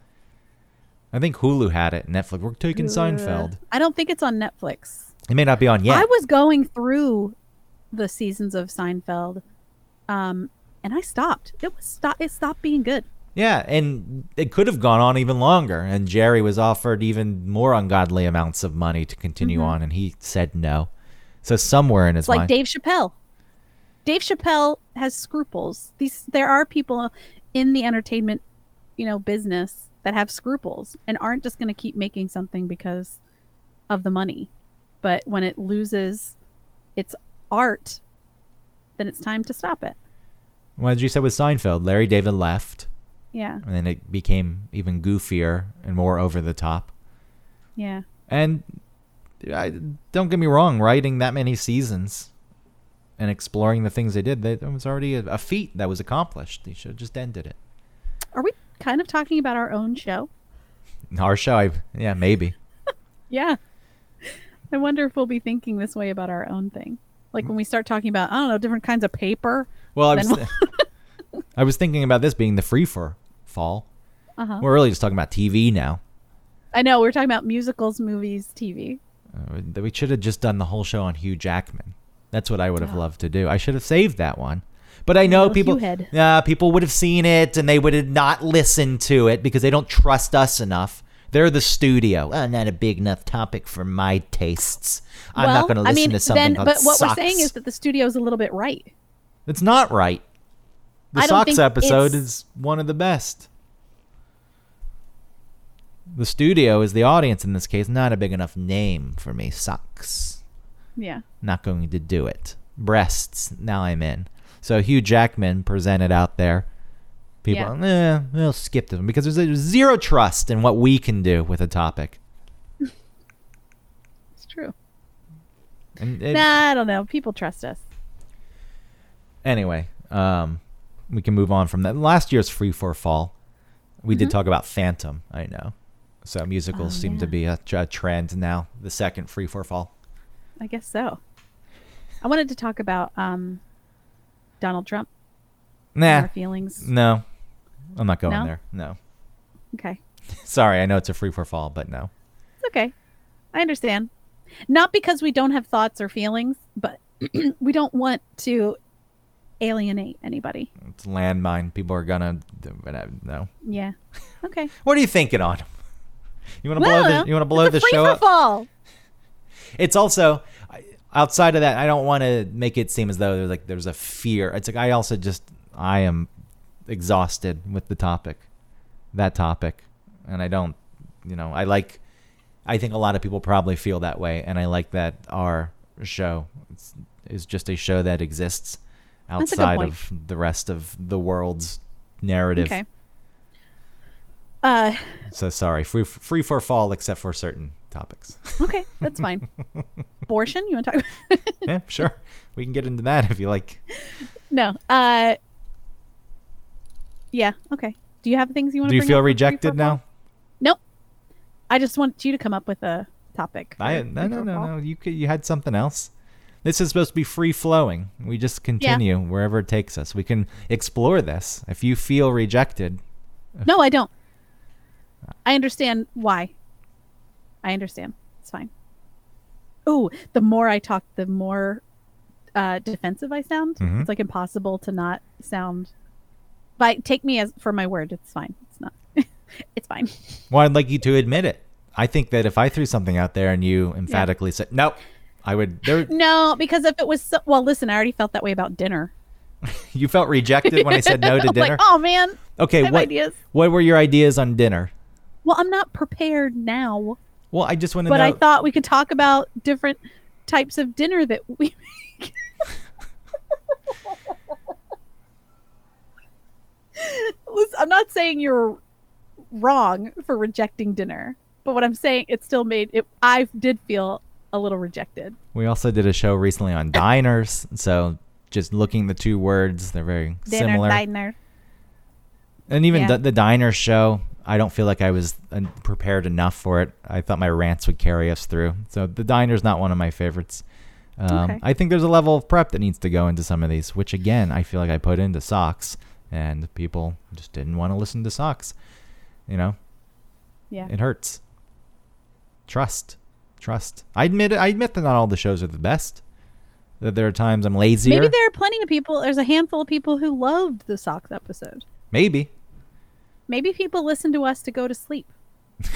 I think Hulu had it. Netflix, we're taking Seinfeld. I don't think it's on Netflix. It may not be on yet. I was going through the seasons of Seinfeld, um, and I stopped. It was stop. It stopped being good. yeah, and it could have gone on even longer. And Jerry was offered even more ungodly amounts of money to continue on, and he said no. So somewhere in his Mm-hmm. It's like mind, Dave Chappelle. Dave Chappelle has scruples. These there are people in the entertainment, you know, business that have scruples and aren't just going to keep making something because of the money. But when it loses its art, then it's time to stop it. well, as you said with Seinfeld, Larry David left, Yeah. and then it became even goofier and more over the top. Yeah. And I, don't get me wrong, writing that many seasons and exploring the things they did, that that was already a, a feat that was accomplished. They should have just ended it. Are we kind of talking about our own show? Our show, I, yeah, maybe. Yeah. I wonder if we'll be thinking this way about our own thing. Like when we start talking about, I don't know, different kinds of paper. Hmm. Well, I Then was, I was thinking about this being the free for fall. Uh-huh. We're really just talking about TV now. I know we're talking about musicals, movies, TV. Uh, we should have just done the whole show on Hugh Jackman. That's what I would have loved to do. I should have saved that one. But I know Little people, Hughhead. uh, people would have seen it and they would have not listened to it because they don't trust us enough. They're the studio. Uh, not a big enough topic for my tastes. I'm well, not going to I listen mean, to something then, called but what Socks. we're saying is that the studio's a little bit right. it's not right. The I don't socks think episode it's- is one of the best. The studio is the audience in this case. Not a big enough name for me. Socks. Yeah. not going to do it. Breasts, now I'm in. So Hugh Jackman presented out there. People, eh, we'll skip them because there's, there's zero trust in what we can do with a topic. It's true. And it- Nah, I don't know. People trust us. anyway, um, we can move on from that. Last year's Free for Fall, we did talk about Phantom. I know. So musicals Mm-hmm. seem Oh, to yeah. be a, tr- a trend now. The second Free for Fall. I guess so. I wanted to talk about um, Donald Trump and Nah, our feelings. no, I'm not going No? there. No, Okay. sorry. I know it's a Free for Fall, but no. It's okay. I understand. Not because we don't have thoughts or feelings, but we don't want to alienate anybody. It's a landmine. People are gonna no. Yeah. Okay. What are you thinking on? You want to Well, blow the you want to blow it's the a free show for up? Fall. It's also I- outside of that. I don't want to make it seem as though there's like there's a fear. It's like I also just I am exhausted with the topic, that topic, and I don't. You know, I like. I think a lot of people probably feel that way, and I like that our show is- is just a show that exists That's a good outside point. of the rest of the world's narrative. Okay. Uh, So sorry, free free for fall except for certain topics. okay, that's fine. Abortion? You want to talk? yeah, sure. We can get into that if you like. no. Uh, yeah. Okay. Do you have things you want? Do to you feel rejected now? Nope. I just want you to come up with a topic. I for no no free for no all. no. You could, you had something else. This is supposed to be free flowing. We just continue wherever it takes us. We can explore this. If you feel rejected, No, I don't. I understand why. I understand. It's fine. Ooh, the more I talk, the more uh, defensive I sound. Mhm. It's like impossible to not sound. But take me as for my word. It's fine. It's not. it's fine. well, I'd like you to admit it. I think that if I threw something out there and you emphatically said nope, I would. There, No, because if it was so, well, listen, I already felt that way about dinner. you felt rejected when I said no to I'm dinner. Like, oh man, I okay, have what ideas. what were your ideas on dinner? Well, I'm not prepared now, Well, I just want to but know. I thought we could talk about different types of dinner that we make. Listen, I'm not saying you're wrong for rejecting dinner, but what I'm saying it still made it. I did feel a little rejected. We also did a show recently on diners, so just looking the two words, they're very similar. diner. and even yeah. the, the diner show, I don't feel like I was uh, prepared enough for it. I thought my rants would carry us through. So the diner's not one of my favorites. Um, Okay. I think there's a level of prep that needs to go into some of these, which again, I feel like I put into socks, and people just didn't want to listen to socks. You know, Yeah. it hurts. Trust. Trust. I admit it. I admit that not all the shows are the best. That there are times I'm lazier. Maybe there are plenty of people. There's a handful of people who loved the socks episode. Maybe. Maybe people listened to us to go to sleep.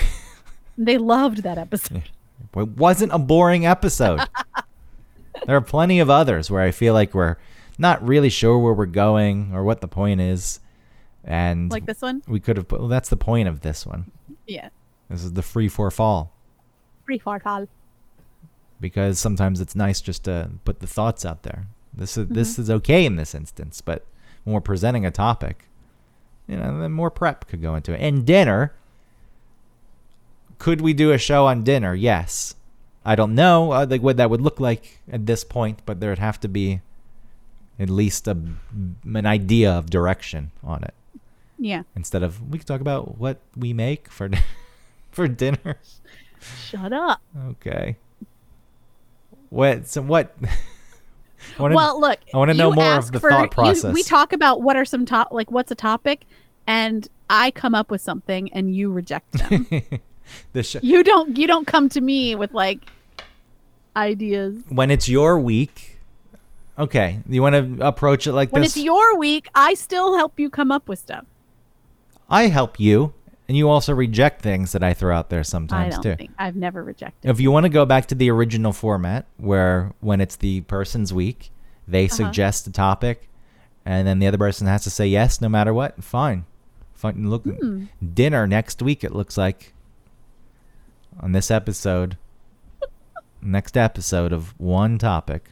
they loved that episode. It wasn't a boring episode. there are plenty of others where I feel like we're not really sure where we're going or what the point is. And Like this one? we could have put, well, that's the point of this one. Yeah. This is the free for fall Free for all. because sometimes it's nice just to put the thoughts out there. This is this is okay in this instance, but when we're presenting a topic, you know, then more prep could go into it. And dinner, could we do a show on dinner? Yes. I don't know uh, like what that would look like at this point, but there'd have to be at least a an idea of direction on it Yeah. instead of we could talk about what we make for for dinner. Shut up. Okay. What? So what? I wanna- well, look. I wanna know you more of ask the thought you- process. we talk about what are some top, like what's a topic, and I come up with something, and you reject them. the show, you don't. You don't come to me with like ideas. when it's your week. Okay, you want to approach it like When this. it's your week, I still help you come up with stuff. I help you, and you also reject things that I throw out there I sometimes don't too. think I've never rejected. If you want to go back to the original format, where when it's the person's week, they suggest a topic, and then the other person has to say yes no matter what. Fine, fine. Look, dinner next week. It looks like on this episode, next episode of one topic,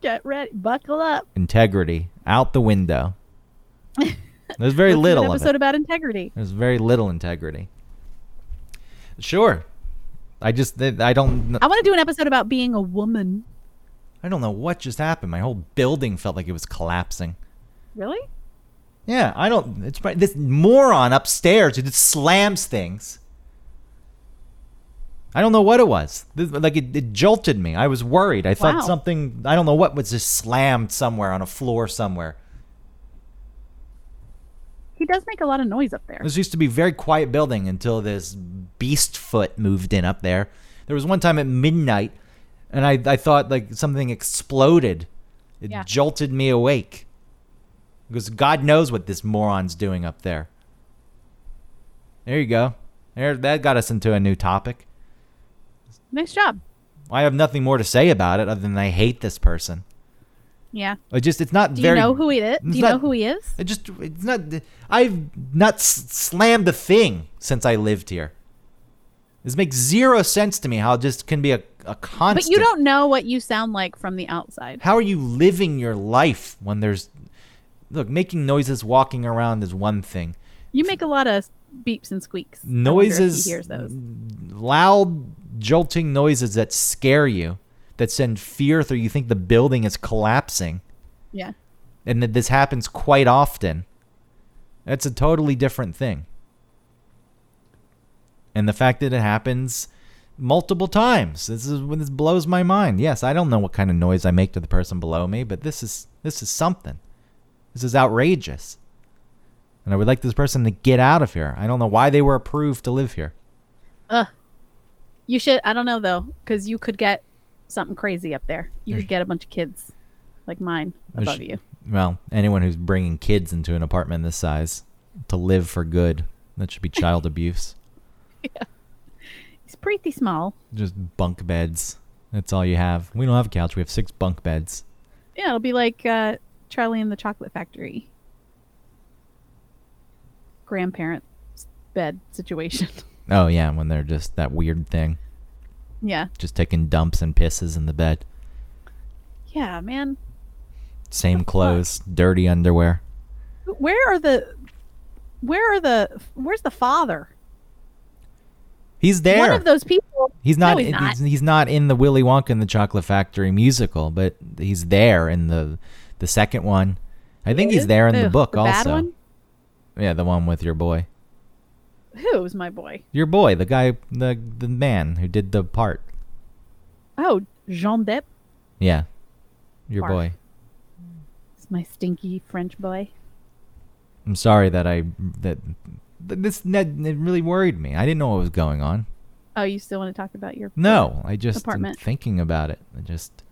Get ready, buckle up. integrity out the window. There's very Let's do an little of episode it. about integrity. There's very little integrity. Sure, I just I don't. I want to do an episode about being a woman. I don't know what just happened. My whole building felt like it was collapsing. Really? Yeah, I don't. It's probably, this moron upstairs who just slams things. I don't know what it was. This, like it, it jolted me. I was worried. I thought Wow. something. I don't know what was just slammed somewhere on a floor somewhere. He does make a lot of noise up there. This used to be a very quiet building until this beast foot moved in up there. There was one time at midnight, and I, I thought like something exploded. It Yeah. jolted me awake. Because God knows what this moron's doing up there. There you go. There, that got us into a new topic. Nice job. I have nothing more to say about it other than I hate this person. Yeah. I just it's not Do very. you know who he is? it's Do you know not- who he is? I just it's not. I've not s- slammed a thing since I lived here. This makes zero sense to me. How this can be a a constant. But you don't know what you sound like from the outside. How are you living your life when there's look making noises walking around is one thing. You make a lot of beeps and squeaks. I wonder if Noises, Mm. He hears those. loud jolting noises that scare you, that send fear through. You think the building is collapsing. Yeah. and that this happens quite often, that's a totally different thing. And the fact that it happens multiple times, this is when this blows my mind. Yes, I don't know what kind of noise I make to the person below me, but this is this is something. This is outrageous. And I would like this person to get out of here. I don't know why they were approved to live here. Ugh. You should. I don't know though, because you could get something crazy up there. You could get a bunch of kids, like mine, There's- above you. Well, anyone who's bringing kids into an apartment this size to live for good, that should be child abuse. He's pretty small. just bunk beds. That's all you have. We don't have a couch. We have six bunk beds. Yeah, it'll be like uh, Charlie and the Chocolate Factory. Grandparent bed situation. Oh yeah, when they're just that weird thing, yeah. just taking dumps and pisses in the bed. Yeah, man. Same clothes, dirty underwear. Where are the where are the where's the father? He's there. One of those people. he's No, not. he's in- not. he's not in the Willy Wonka and the Chocolate Factory musical, but he's there in the the second one. I think he's there in the Ugh, book the also. Bad one? Yeah, the one with your boy. Who's my boy? Your boy, the guy, the the man who did the part. Oh, Jean Depp Yeah, your Barf. boy. is my stinky French boy. I'm sorry that I that th- this that, it really worried me. I didn't know what was going on. Oh, you still want to talk about your No, I just Apartment. am thinking about it. I just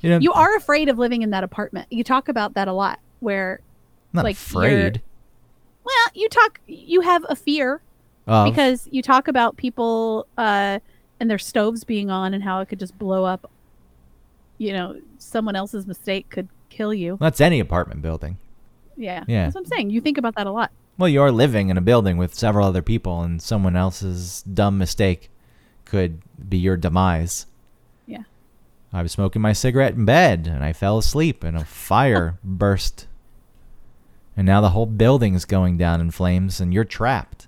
you know You are afraid of living in that apartment. You talk about that a lot. Where I'm not like, you're- afraid well, you talk you have a fear of because you talk about people uh, and their stoves being on and how it could just blow up. You know, someone else's mistake could kill you. that's any apartment building. Yeah. Yeah. That's what I'm saying. You think about that a lot. Well, you're living in a building with several other people, and someone else's dumb mistake could be your demise. Yeah. I was smoking my cigarette in bed, and I fell asleep, and a fire burst. And now the whole building's going down in flames, and you're trapped.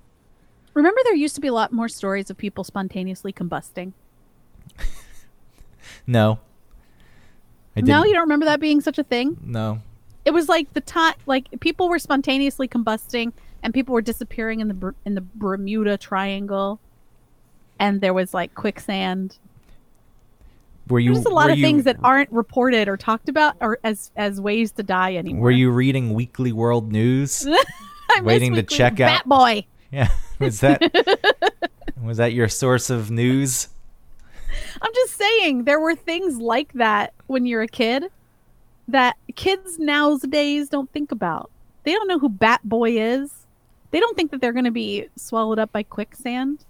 Remember, there used to be a lot more stories of people spontaneously combusting. No. I No, didn't- you don't remember that being such a thing? No. It was like the time, like people were spontaneously combusting and people were disappearing in the Ber- in the Bermuda Triangle, and there was like quicksand. Were you? There's just a lot were of you- things that aren't reported or talked about or as as ways to die anymore. Were you reading Weekly World News? I miss waiting to Weekly check out- Bat Boy? yeah. Was that was that your source of news? I'm just saying there were things like that when you're a kid that kids nowadays don't think about. They don't know who Bat Boy is. They don't think that they're going to be swallowed up by quicksand.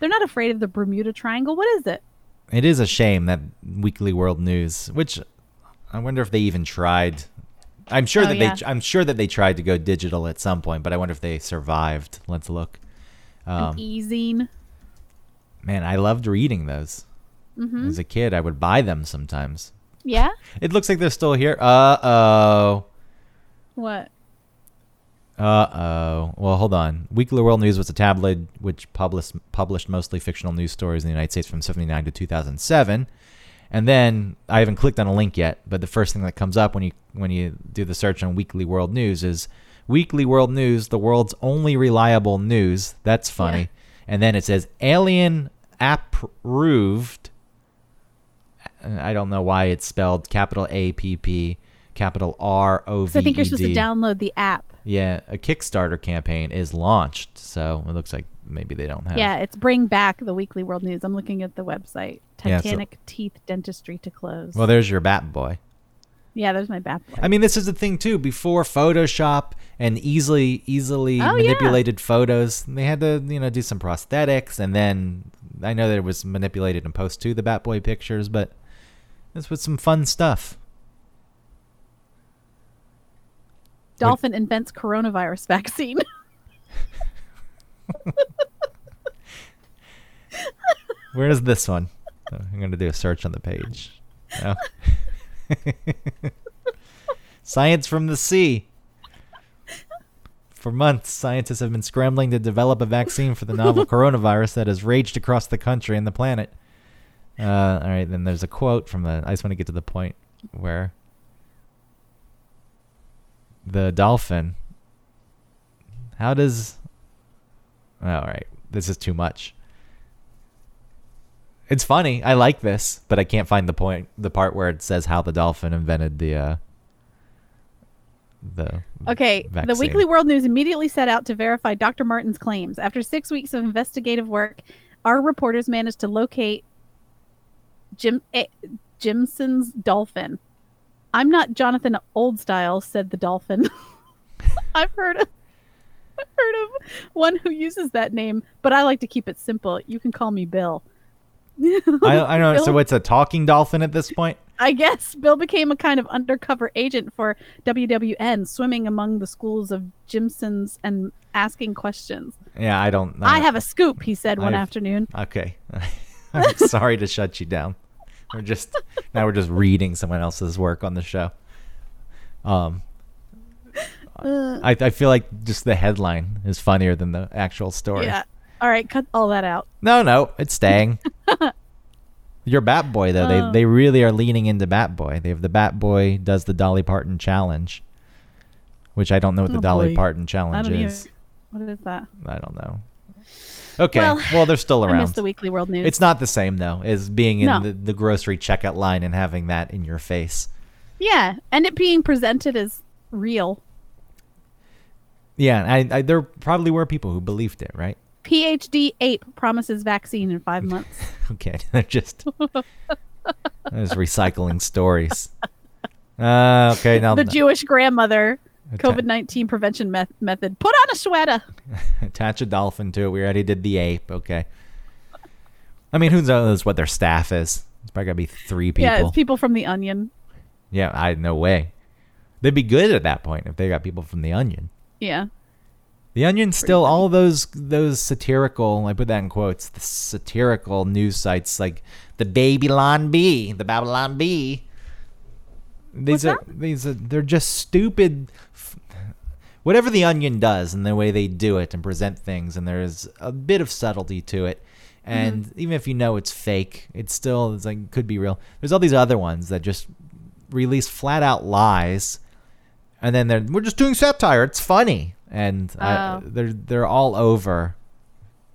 They're not afraid of the Bermuda Triangle. What is it? It is a shame that Weekly World News, which I wonder if they even tried. I'm sure Oh, that yeah. they I'm sure that they tried to go digital at some point, but I wonder if they survived. Let's look. An Um, easing. man, I loved reading those. Mm-hmm. As a kid, I would buy them sometimes. Yeah. It looks like they're still here. Uh oh. What? Uh oh. Well, hold on. Weekly World News was a tabloid which published published mostly fictional news stories in the United States from 79 to 2007. And then I haven't clicked on a link yet, but the first thing that comes up when you when you do the search on Weekly World News is Weekly World News, the world's only reliable news. That's funny. Yeah. And then it says alien approved. I don't know why it's spelled capital A P P capital R O V E D. So I think you're supposed to download the app. Yeah, a Kickstarter campaign is launched, so it looks like maybe they don't have. Yeah, it's bring back the weekly world news. I'm looking at the website. Yeah, so- Titanic teeth dentistry to close. Well, there's your Bat Boy. yeah, there's my bat. Boy. I mean, this is the thing too. Before Photoshop and easily, easily Oh, yeah. manipulated photos, they had to you know do some prosthetics, and then I know that it was manipulated in post too, the Bat Boy pictures, but this was some fun stuff. Dolphin invents coronavirus vaccine. Where is this one? Oh, I'm gonna do a search on the page. No. Science from the sea. For months, scientists have been scrambling to develop a vaccine for the novel coronavirus that has raged across the country and the planet. Uh, all right, then there's a quote from the. I just want to get to the point where the dolphin. How does. All right, this is too much. It's funny. I like this, but I can't find the point. The part where it says how the dolphin invented the. Uh, the Okay, the vaccine. Weekly World News immediately set out to verify Dr. Martin's claims. After six weeks of investigative work, our reporters managed to locate Jim eh, Jimson's dolphin. I'm not Jonathan Oldstyle, said the dolphin. I've heard of, I've heard of one who uses that name, but I like to keep it simple. You can call me Bill. I, I don't know. Bill- So it's a talking dolphin at this point. I guess Bill became a kind of undercover agent for WWN, swimming among the schools of Jimsons and asking questions. Yeah, I don't. I have a scoop, he said one I've- afternoon. Okay, I'm sorry to shut you down. We're just now we're just reading someone else's work on the show. Um, Uh, I I feel like just the headline is funnier than the actual story. yeah. All right, cut all that out. No, no, it's staying. Your Bat Boy though, Oh. they they really are leaning into Bat Boy. They have the Bat Boy does the Dolly Parton challenge, which I don't know what the Oh, Dolly boy. Parton I challenge don't even. is. What is that? I don't know. Okay, well, Well, they're still I around. missed the Weekly World News. It's not the same though as being in No. the, the grocery checkout line and having that in your face. yeah, and it being presented as real. Yeah, I, I there probably were people who believed it, right? PhD ape promises vaccine in five months. Okay, they're just they're just recycling stories. Uh, okay, now the Jewish grandmother atta- COVID 19 prevention meth- method. Put on a sweater. attach a dolphin to it. We already did the ape. Okay, I mean, who knows what their staff is? It's probably gonna be three people. Yeah, it's people from The Onion. yeah I no way. They'd be good at that point if they got people from the Onion. Yeah. The Onion's still all those those satirical. I put that in quotes. The satirical news sites like the Babylon Bee, the Babylon Bee. These What's are these are they're just stupid. f- Whatever the Onion does and the way they do it and present things, and there's a bit of subtlety to it. And even if you know it's fake, it's still it's like could be real. There's all these other ones that just release flat out lies and then they're we're just doing satire. It's funny. and I, Oh. they're they're all over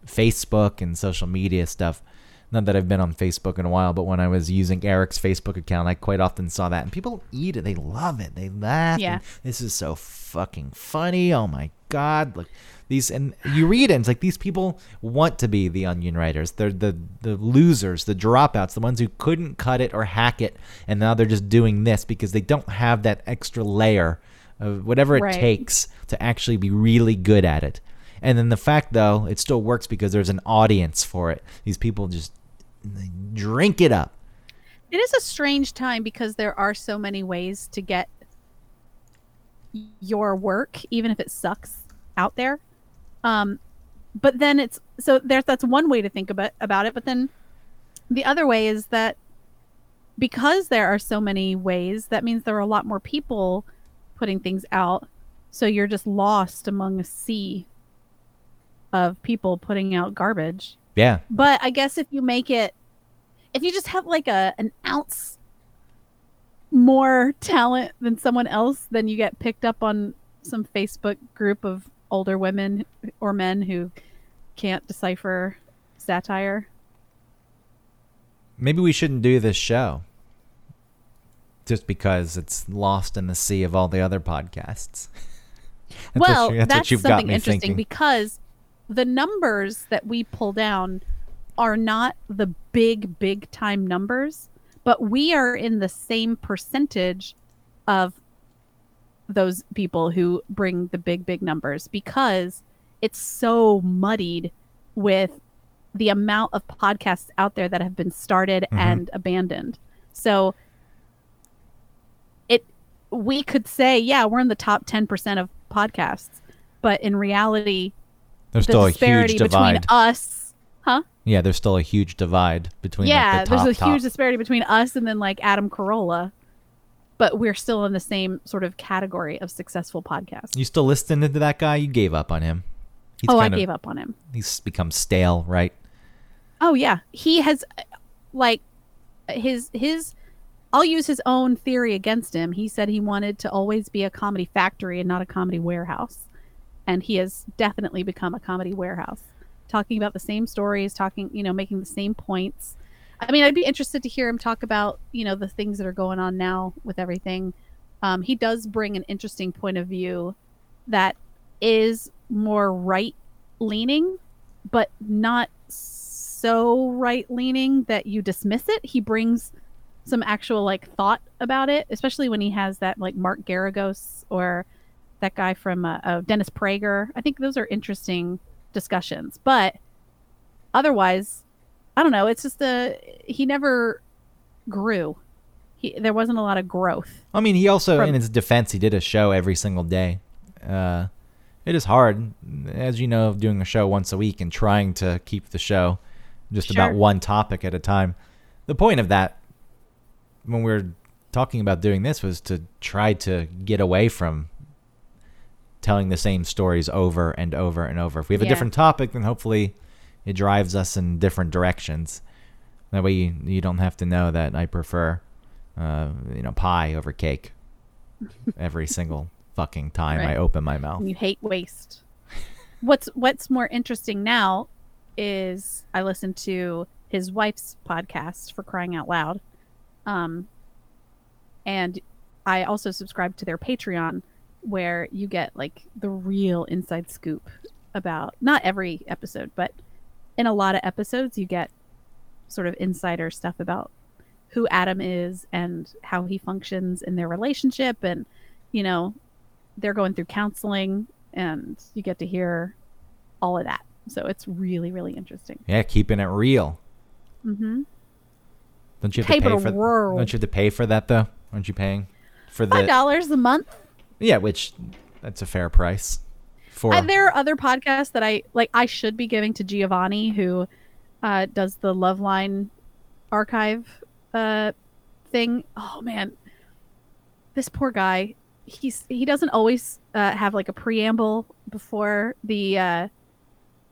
Facebook and social media stuff. Not that I've been on Facebook in a while, but when I was using Eric's Facebook account, I quite often saw that, and people eat it. They love it. They laugh. Yeah. and This is so fucking funny. Oh my god! Look, these and you read it. And it's like these people want to be the onion writers. They're the the losers, the dropouts, the ones who couldn't cut it or hack it, and now they're just doing this because they don't have that extra layer of whatever it Right. takes to actually be really good at it. And then the fact though, it still works because there's an audience for it. These people just they drink it up. It is a strange time because there are so many ways to get your work, even if it sucks, out there. Um, but then it's so there's that's one way to think about about it. But then the other way is that because there are so many ways, that means there are a lot more people putting things out. So you're just lost among a sea of people putting out garbage. Yeah. But I guess if you make it, if you just have like a an ounce more talent than someone else, then you get picked up on some Facebook group of older women or men who can't decipher satire. Maybe we shouldn't do this show. Just because it's lost in the sea of all the other podcasts. That's what well, you- that's, that's what you've got something me interesting thinking. because the numbers that we pull down are not the big, big time numbers, but we are in the same percentage of those people who bring the big, big numbers because it's so muddied with the amount of podcasts out there that have been started Mhm. and abandoned. So it we could say, yeah, we're in the top 10% of podcasts, but in reality, There's the still a disparity huge divide. between us, huh? yeah, there's still a huge divide between like, yeah, the top, there's a top. huge disparity between us and then like Adam Carolla, but we're still in the same sort of category of successful podcasts. You still listening to that guy? You gave up on him. He's oh, I kind of- gave up on him. He's become stale, right? Oh yeah, he has uh, like his his. I'll use his own theory against him. He said he wanted to always be a comedy factory and not a comedy warehouse, and he has definitely become a comedy warehouse, talking about the same stories, talking you know making the same points. I mean, I'd be interested to hear him talk about you know the things that are going on now with everything. Um, he does bring an interesting point of view that is more right leaning but not so right leaning that you dismiss it. He brings some actual like thought about it, especially when he has that like Mark Garagos or that guy from uh, oh, Dennis Prager. I think those are interesting discussions, but otherwise, I don't know. It's just a he never grew. He, there wasn't a lot of growth. I mean, he also, From- in his defense, he did a show every single day. Uh, it is hard, as you know, doing a show once a week and trying to keep the show just about Sure. one topic at a time. The point of that, when we were talking about doing this, was to try to get away from telling the same stories over and over and over. If we have a Yeah. different topic, then hopefully it drives us in different directions. That way, you, you don't have to know that I prefer, uh, you know, pie over cake every single fucking time I Right. open my mouth. and you hate waste. What's what's more interesting now is I listened to his wife's podcast for crying out loud. Um and I also subscribe to their Patreon where you get like the real inside scoop about not every episode, but in a lot of episodes you get sort of insider stuff about who Adam is and how he functions in their relationship and you know they're going through counseling and you get to hear all of that so it's really really interesting Yeah, keeping it real. hmm Don't you have to Paper pay for? world. Don't you have to pay for that though? Aren't you paying for five the? dollars a month Yeah, which that's a fair price for. I, there are other podcasts that i like i should be giving to giovanni who uh, does the loveline archive uh, thing oh man this poor guy he's he doesn't always uh, have like a preamble before the uh,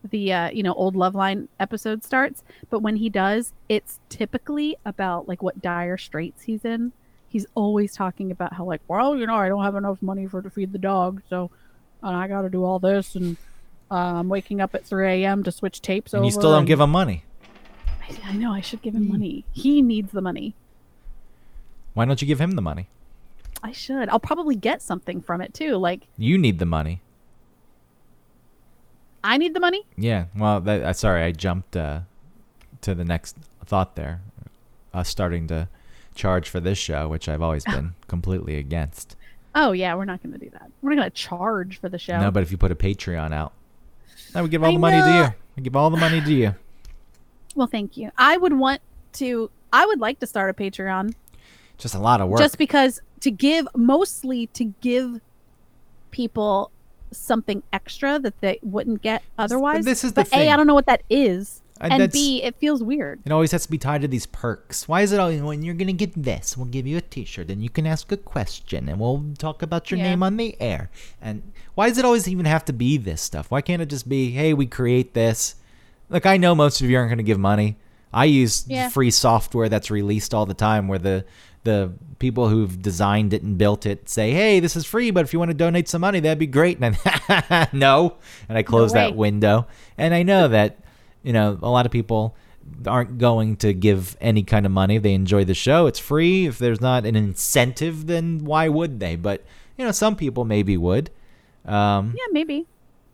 the uh, you know old loveline episode starts but when he does it's typically about like what dire straits he's in he's always talking about how like well you know i don't have enough money for to feed the dog so and I got to do all this, and uh, I'm waking up at 3 a.m. to switch tapes and over. you still don't give Hmm. him money. I, I know I should give him money. He needs the money. Why don't you give him the money? I should. I'll probably get something from it too. Like You need the money. I need the money. Yeah. Well, that, uh, sorry, I jumped uh, to the next thought there. Us starting to charge for this show, which I've always been completely against. Oh yeah, we're not going to do that. We're not going to charge for the show. No, but if you put a Patreon out, I would give all I the money to know. you. I give all the money to you. well, thank you. I would want to. I would like to start a Patreon Just a lot of work. just because to give mostly to give people something extra that they wouldn't get otherwise. this is the but A, I thing. don't know what that is, I- and that's- B, it feels weird. It always has to be tied to these perks. Why is it always when you're gonna get this? We'll give you a T-shirt, and you can ask a question, and we'll talk about your Yeah. name on the air. And why does it always even have to be this stuff? Why can't it just be, hey, we create this? Look, I know most of you aren't gonna give money. I use Yeah. free software that's released all the time, where the the people who've designed it and built it say, hey, this is free, but if you want to donate some money, that'd be great. And I, no, and I close that way. window. And I know that, you know, a lot of people aren't going to give any kind of money. They enjoy the show. It's free. If there's not an incentive, then why would they? But, you know, some people maybe would. Um, Yeah, maybe.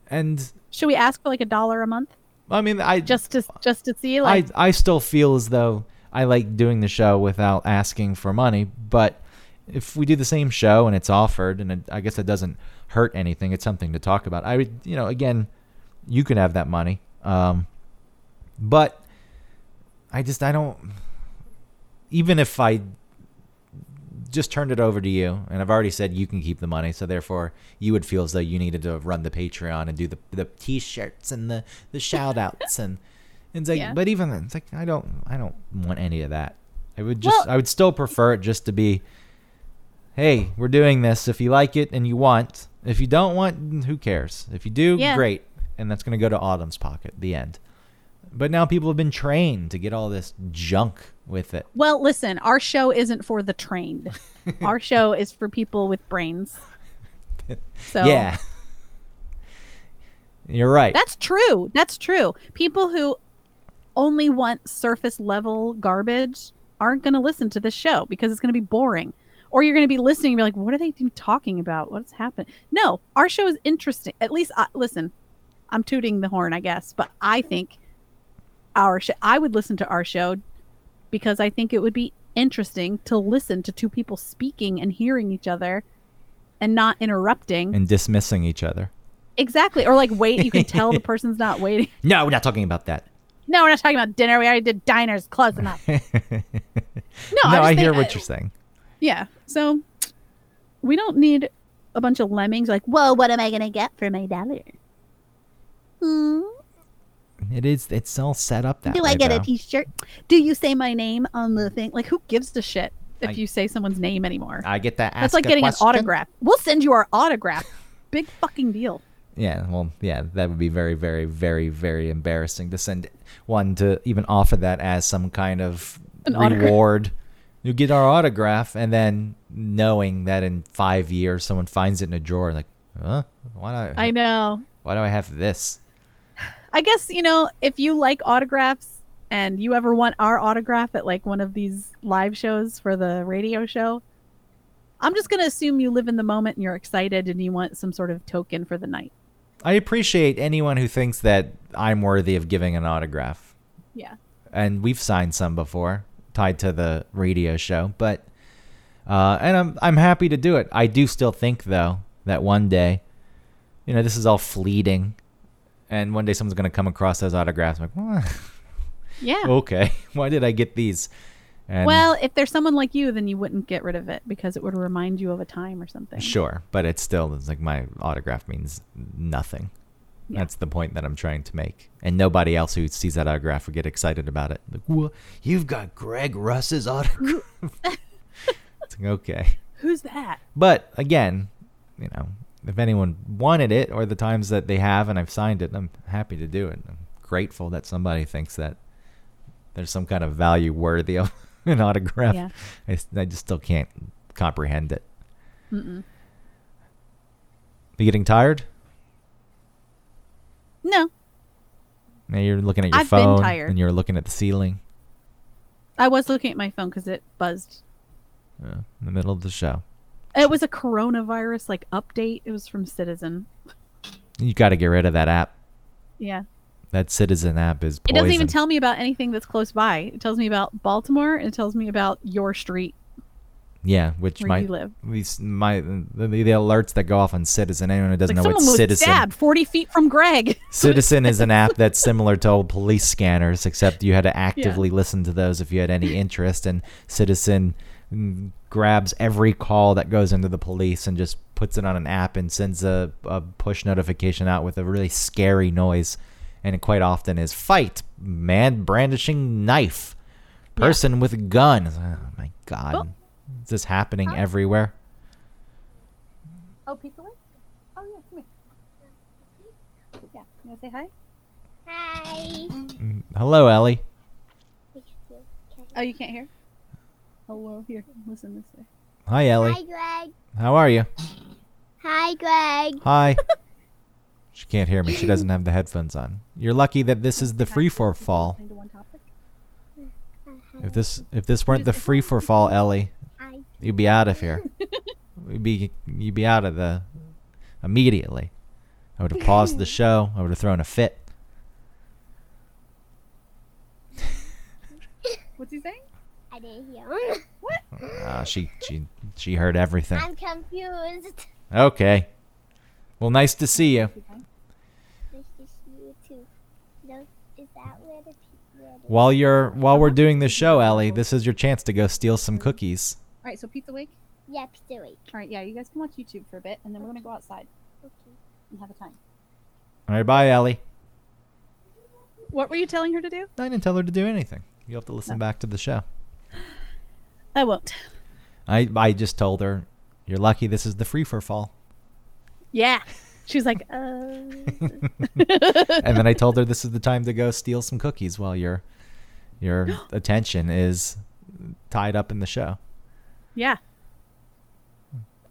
And Should we ask for like a dollar a month I mean, I just to just to see I, like I still feel as though I like doing the show without asking for money, but if we do the same show and it's offered, and it, I guess it doesn't hurt anything, it's something to talk about. I would, you know, again, you can have that money, um, but I just I don't. Even if I just turned it over to you, and I've already said you can keep the money, so therefore you would feel as though you needed to run the Patreon and do the the t-shirts and the the shout outs and. And it's like, Yeah. but even then, it's like I don't, I don't want any of that. I would just, Well- I would still prefer it just to be, hey, we're doing this. If you like it and you want, if you don't want, who cares? If you do, Yeah. great, and that's gonna go to Autumn's pocket. The end. But now people have been trained to get all this junk with it. Well, listen, our show isn't for the trained. our show is for people with brains. So Yeah, you're right. That's true. That's true. People who only want surface level garbage aren't going to listen to this show because it's going to be boring. Or you're going to be listening and be like, what are they even talking about? What's happened? No, our show is interesting. At least, I, listen, I'm tooting the horn, I guess, but I think our show, I would listen to our show because I think it would be interesting to listen to two people speaking and hearing each other and not interrupting. and dismissing each other. Exactly. Or like wait, you can tell the person's not waiting. No, we're not talking about that. No, we're not talking about dinner. We already did diners close enough. no, No, I, I just hear think- what you're saying. Yeah. So we don't need a bunch of lemmings like, well, what am I gonna get for my dollar? Hmm? It is. It's all set up that Do way. I get bro. a t-shirt? Do you say my name on the thing? Like who gives a shit if I- you say someone's name anymore? I get that. That's like getting an autograph. We'll send you our autograph. Big fucking deal. Yeah, well, yeah, that would be very, very, very, very embarrassing to send one to even offer that as some kind of An autograph. reward. You get our autograph, and then knowing that in five years someone finds it in a drawer, like, huh? Why do I, I know. why do I have this? I guess you know if you like autographs and you ever want our autograph at like one of these live shows for the radio show, I'm just gonna assume you live in the moment and you're excited and you want some sort of token for the night. I appreciate anyone who thinks that I'm worthy of giving an autograph. Yeah, and we've signed some before tied to the radio show but uh, and I'm I'm happy to do it. I do still think though that one day you know this is all fleeting and one day someone's going to come across those autographs I'm like yeah. okay why did I get these and well, if there's someone like you, then you wouldn't get rid of it because it would remind you of a time or something. sure but it's still it's like my autograph means nothing Yeah. that's the point that I'm trying to make and nobody else who sees that autograph would get excited about it like "Wha- you've got Greg Russ's autograph it's like okay Who's that? But again, you know, if anyone wanted it or the times that they have and I've signed it, I'm happy to do it. I'm grateful that somebody thinks that there's some kind of value worthy of an autograph. Yeah. I, s- I just still can't comprehend it. Mm-mm. You getting tired? No, Now you're looking at your I've been phone tired. and you're looking at the ceiling I was looking at my phone because it buzzed. uh, in the middle of the show. It was a coronavirus like update. It was from Citizen. You got to get rid of that app. Yeah. That Citizen app is It poison. doesn't even tell me about anything that's close by. It tells me about Baltimore. and It tells me about your street yeah, which where might you live. these my the, the alerts that go off on Citizen. Anyone who doesn't Like know what someone was Citizen stabbed 40 feet from Greg. Citizen is an app that's similar to old police scanners, except you had to actively listen to those if you had any interest. And Citizen mm, grabs every call that goes into the police and just puts it on an app and sends a, a push notification out with a really scary noise. And it quite often is fight, man brandishing knife, person with gun. Oh my God. Oh. Is this happening everywhere? Oh, Pico? Oh, yeah, come here. Yeah. You want to say hi? Hi. Mm, Hello, Ellie. Oh, you can't hear? Hello, here. Listen this way. Hi, Hi, Ellie. Greg. How are you? Hi, Greg. Hi. she can't hear me. She doesn't have the headphones on. You're lucky that this is the free for fall. Into one topic. If this if this weren't the free for fall, Ellie, Hi. you'd be out of here. You'd be you'd be out of the immediately. I would have paused the show. I would have thrown a fit. What's he saying? I didn't hear. What? Uh, she she she heard everything. I'm confused. Okay. Well, nice to see you. Nice to see you too. No, is that where the pe- where the- While you're while we're doing the show, Ellie, this is your chance to go steal some cookies. All right, so Pete's awake. Yep, do it. All right, yeah, you guys can watch YouTube for a bit, and then we're going to go outside Okay. and have a time. All right, bye, Ellie. What were you telling her to do? I didn't tell her to do anything. You'll have to listen back to the show. I won't. I I just told her, "You're lucky this is the free for fall." Yeah. She was like, uh. And then I told her this is the time to go steal some cookies while your your attention is tied up in the show. Yeah.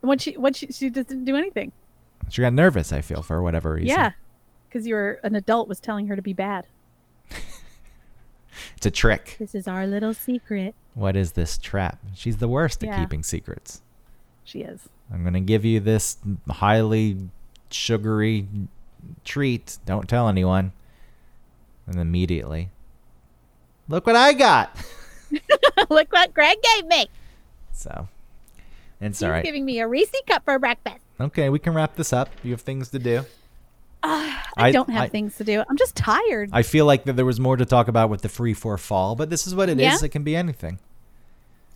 When she when she she just didn't do anything. She got nervous. I feel for whatever reason. Yeah. Because you were an adult was telling her to be bad. it's a trick. This is our little secret. What is this trap? She's the worst at Yeah. keeping secrets. She is. I'm gonna give you this highly sugary treat. Don't tell anyone. And immediately, look what I got. Look what Greg gave me. so, it's all right. giving me a Reese cup for breakfast. Okay, we can wrap this up. You have things to do. I, I- don't have I- things to do. I'm just tired. I feel like that there was more to talk about with the free for fall, but this is what it is. Yeah. It can be anything.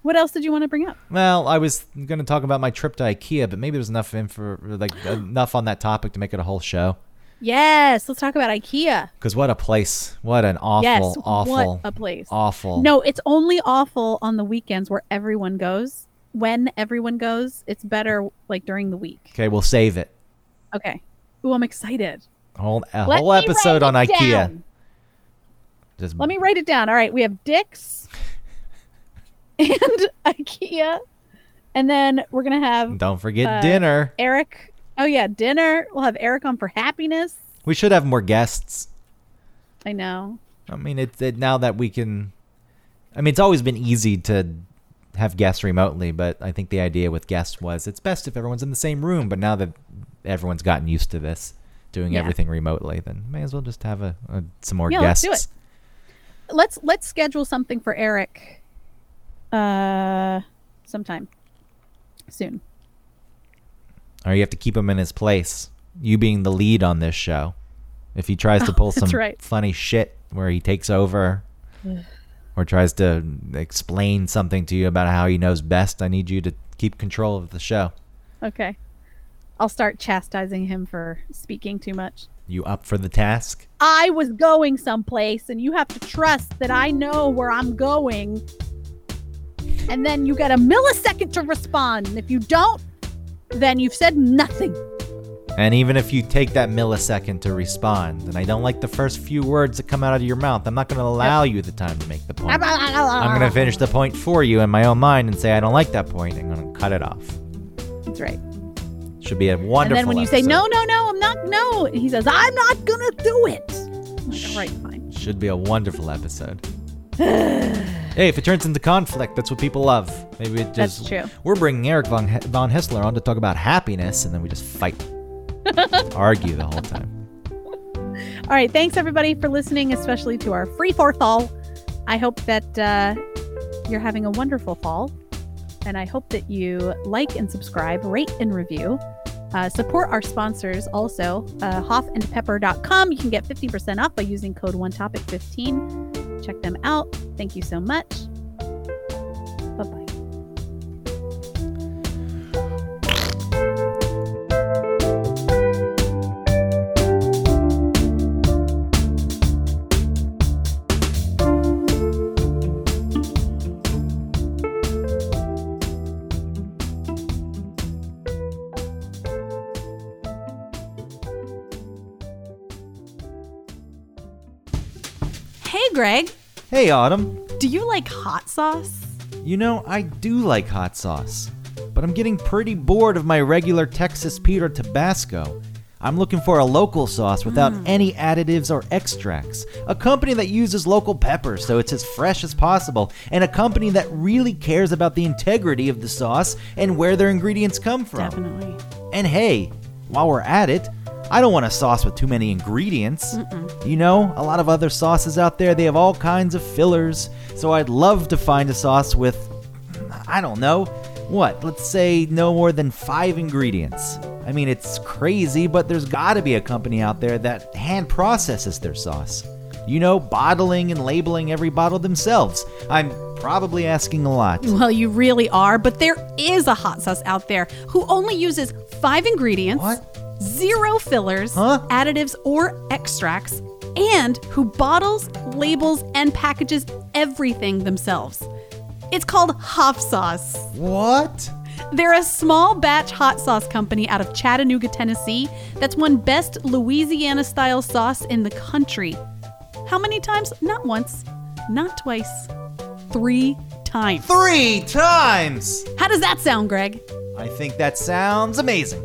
what else did you want to bring up? Well, I was going to talk about my trip to IKEA, but maybe there's enough info, like enough on that topic to make it a whole show. Yes, let's talk about IKEA. Because what a place! What an awful, yes, awful, what a place. awful. No, it's only awful on the weekends where everyone goes. When everyone goes, it's better like during the week. Okay, we'll save it. Okay. Ooh, I'm excited. Whole, a Let whole me episode write on it IKEA. down. Just Let me write it down. All right, we have Dick's and IKEA, and then we're gonna have Don't forget uh, dinner. Eric. Oh yeah, dinner. We'll have Eric on for happiness. We should have more guests. I know. I mean, it, it now that we can. I mean, it's always been easy to have guests remotely, but I think the idea with guests was it's best if everyone's in the same room. But now that everyone's gotten used to this, doing Yeah. everything remotely, then may as well just have a, a some more Yeah, let's guests. do it. Let's let's schedule something for Eric. Uh, sometime soon. Or you have to keep him in his place. You being the lead on this show, if he tries to pull that's some right. funny shit where he takes over. Or tries to explain something to you about how he knows best. I need you to keep control of the show. Okay. I'll start chastising him for speaking too much. You up for the task? I was going someplace, and you have to trust that I know where I'm going. And then you get a millisecond to respond. And if you don't, then you've said nothing. And even if you take that millisecond to respond, and I don't like the first few words that come out of your mouth, I'm not going to allow you the time to make the point. I'm going to finish the point for you in my own mind and say, I don't like that point. I'm going to cut it off. That's right. Should be a wonderful. And then when you say episode. no, no, no, I'm not. No, he says I'm not gonna do it. I'm like, Shh. All right, fine. should be a wonderful episode. hey, if it turns into conflict, that's what people love. Maybe it That's just true. We're bringing Eric von, He- von Hessler on to talk about happiness, and then we just fight, argue the whole time. All right, thanks everybody for listening, especially to our free for fall. I hope that uh, you're having a wonderful fall, and I hope that you like and subscribe, rate and review. Uh, support our sponsors also, uh, hoffandpepper.com. You can get 50% off by using code OneTopic15. Check them out. Thank you so much. Bye bye. Hey, Greg, Hey, Autumn. do you like hot sauce? You know I do like hot sauce, but I'm getting pretty bored of my regular Texas Pete or Tabasco. I'm looking for a local sauce without any additives or extracts. A company that uses local peppers so it's as fresh as possible, and a company that really cares about the integrity of the sauce and where their ingredients come from. Definitely. And hey, while we're at it, I don't want a sauce with too many ingredients. You know, a lot of other sauces out there, they have all kinds of fillers. So I'd love to find a sauce with, I don't know, what, let's say no more than five ingredients. I mean, it's crazy, but there's gotta be a company out there that hand processes their sauce. You know, bottling and labeling every bottle themselves. I'm probably asking a lot. Well, you really are, but there is a hot sauce out there who only uses five ingredients, What? zero fillers, Huh? additives, or extracts, and who bottles, labels, and packages everything themselves. It's called Hoff Sauce. What? They're a small batch hot sauce company out of Chattanooga, Tennessee, that's won best Louisiana style sauce in the country. How many times? Not once, not twice, three times. Three times! How does that sound, Greg? I think that sounds amazing.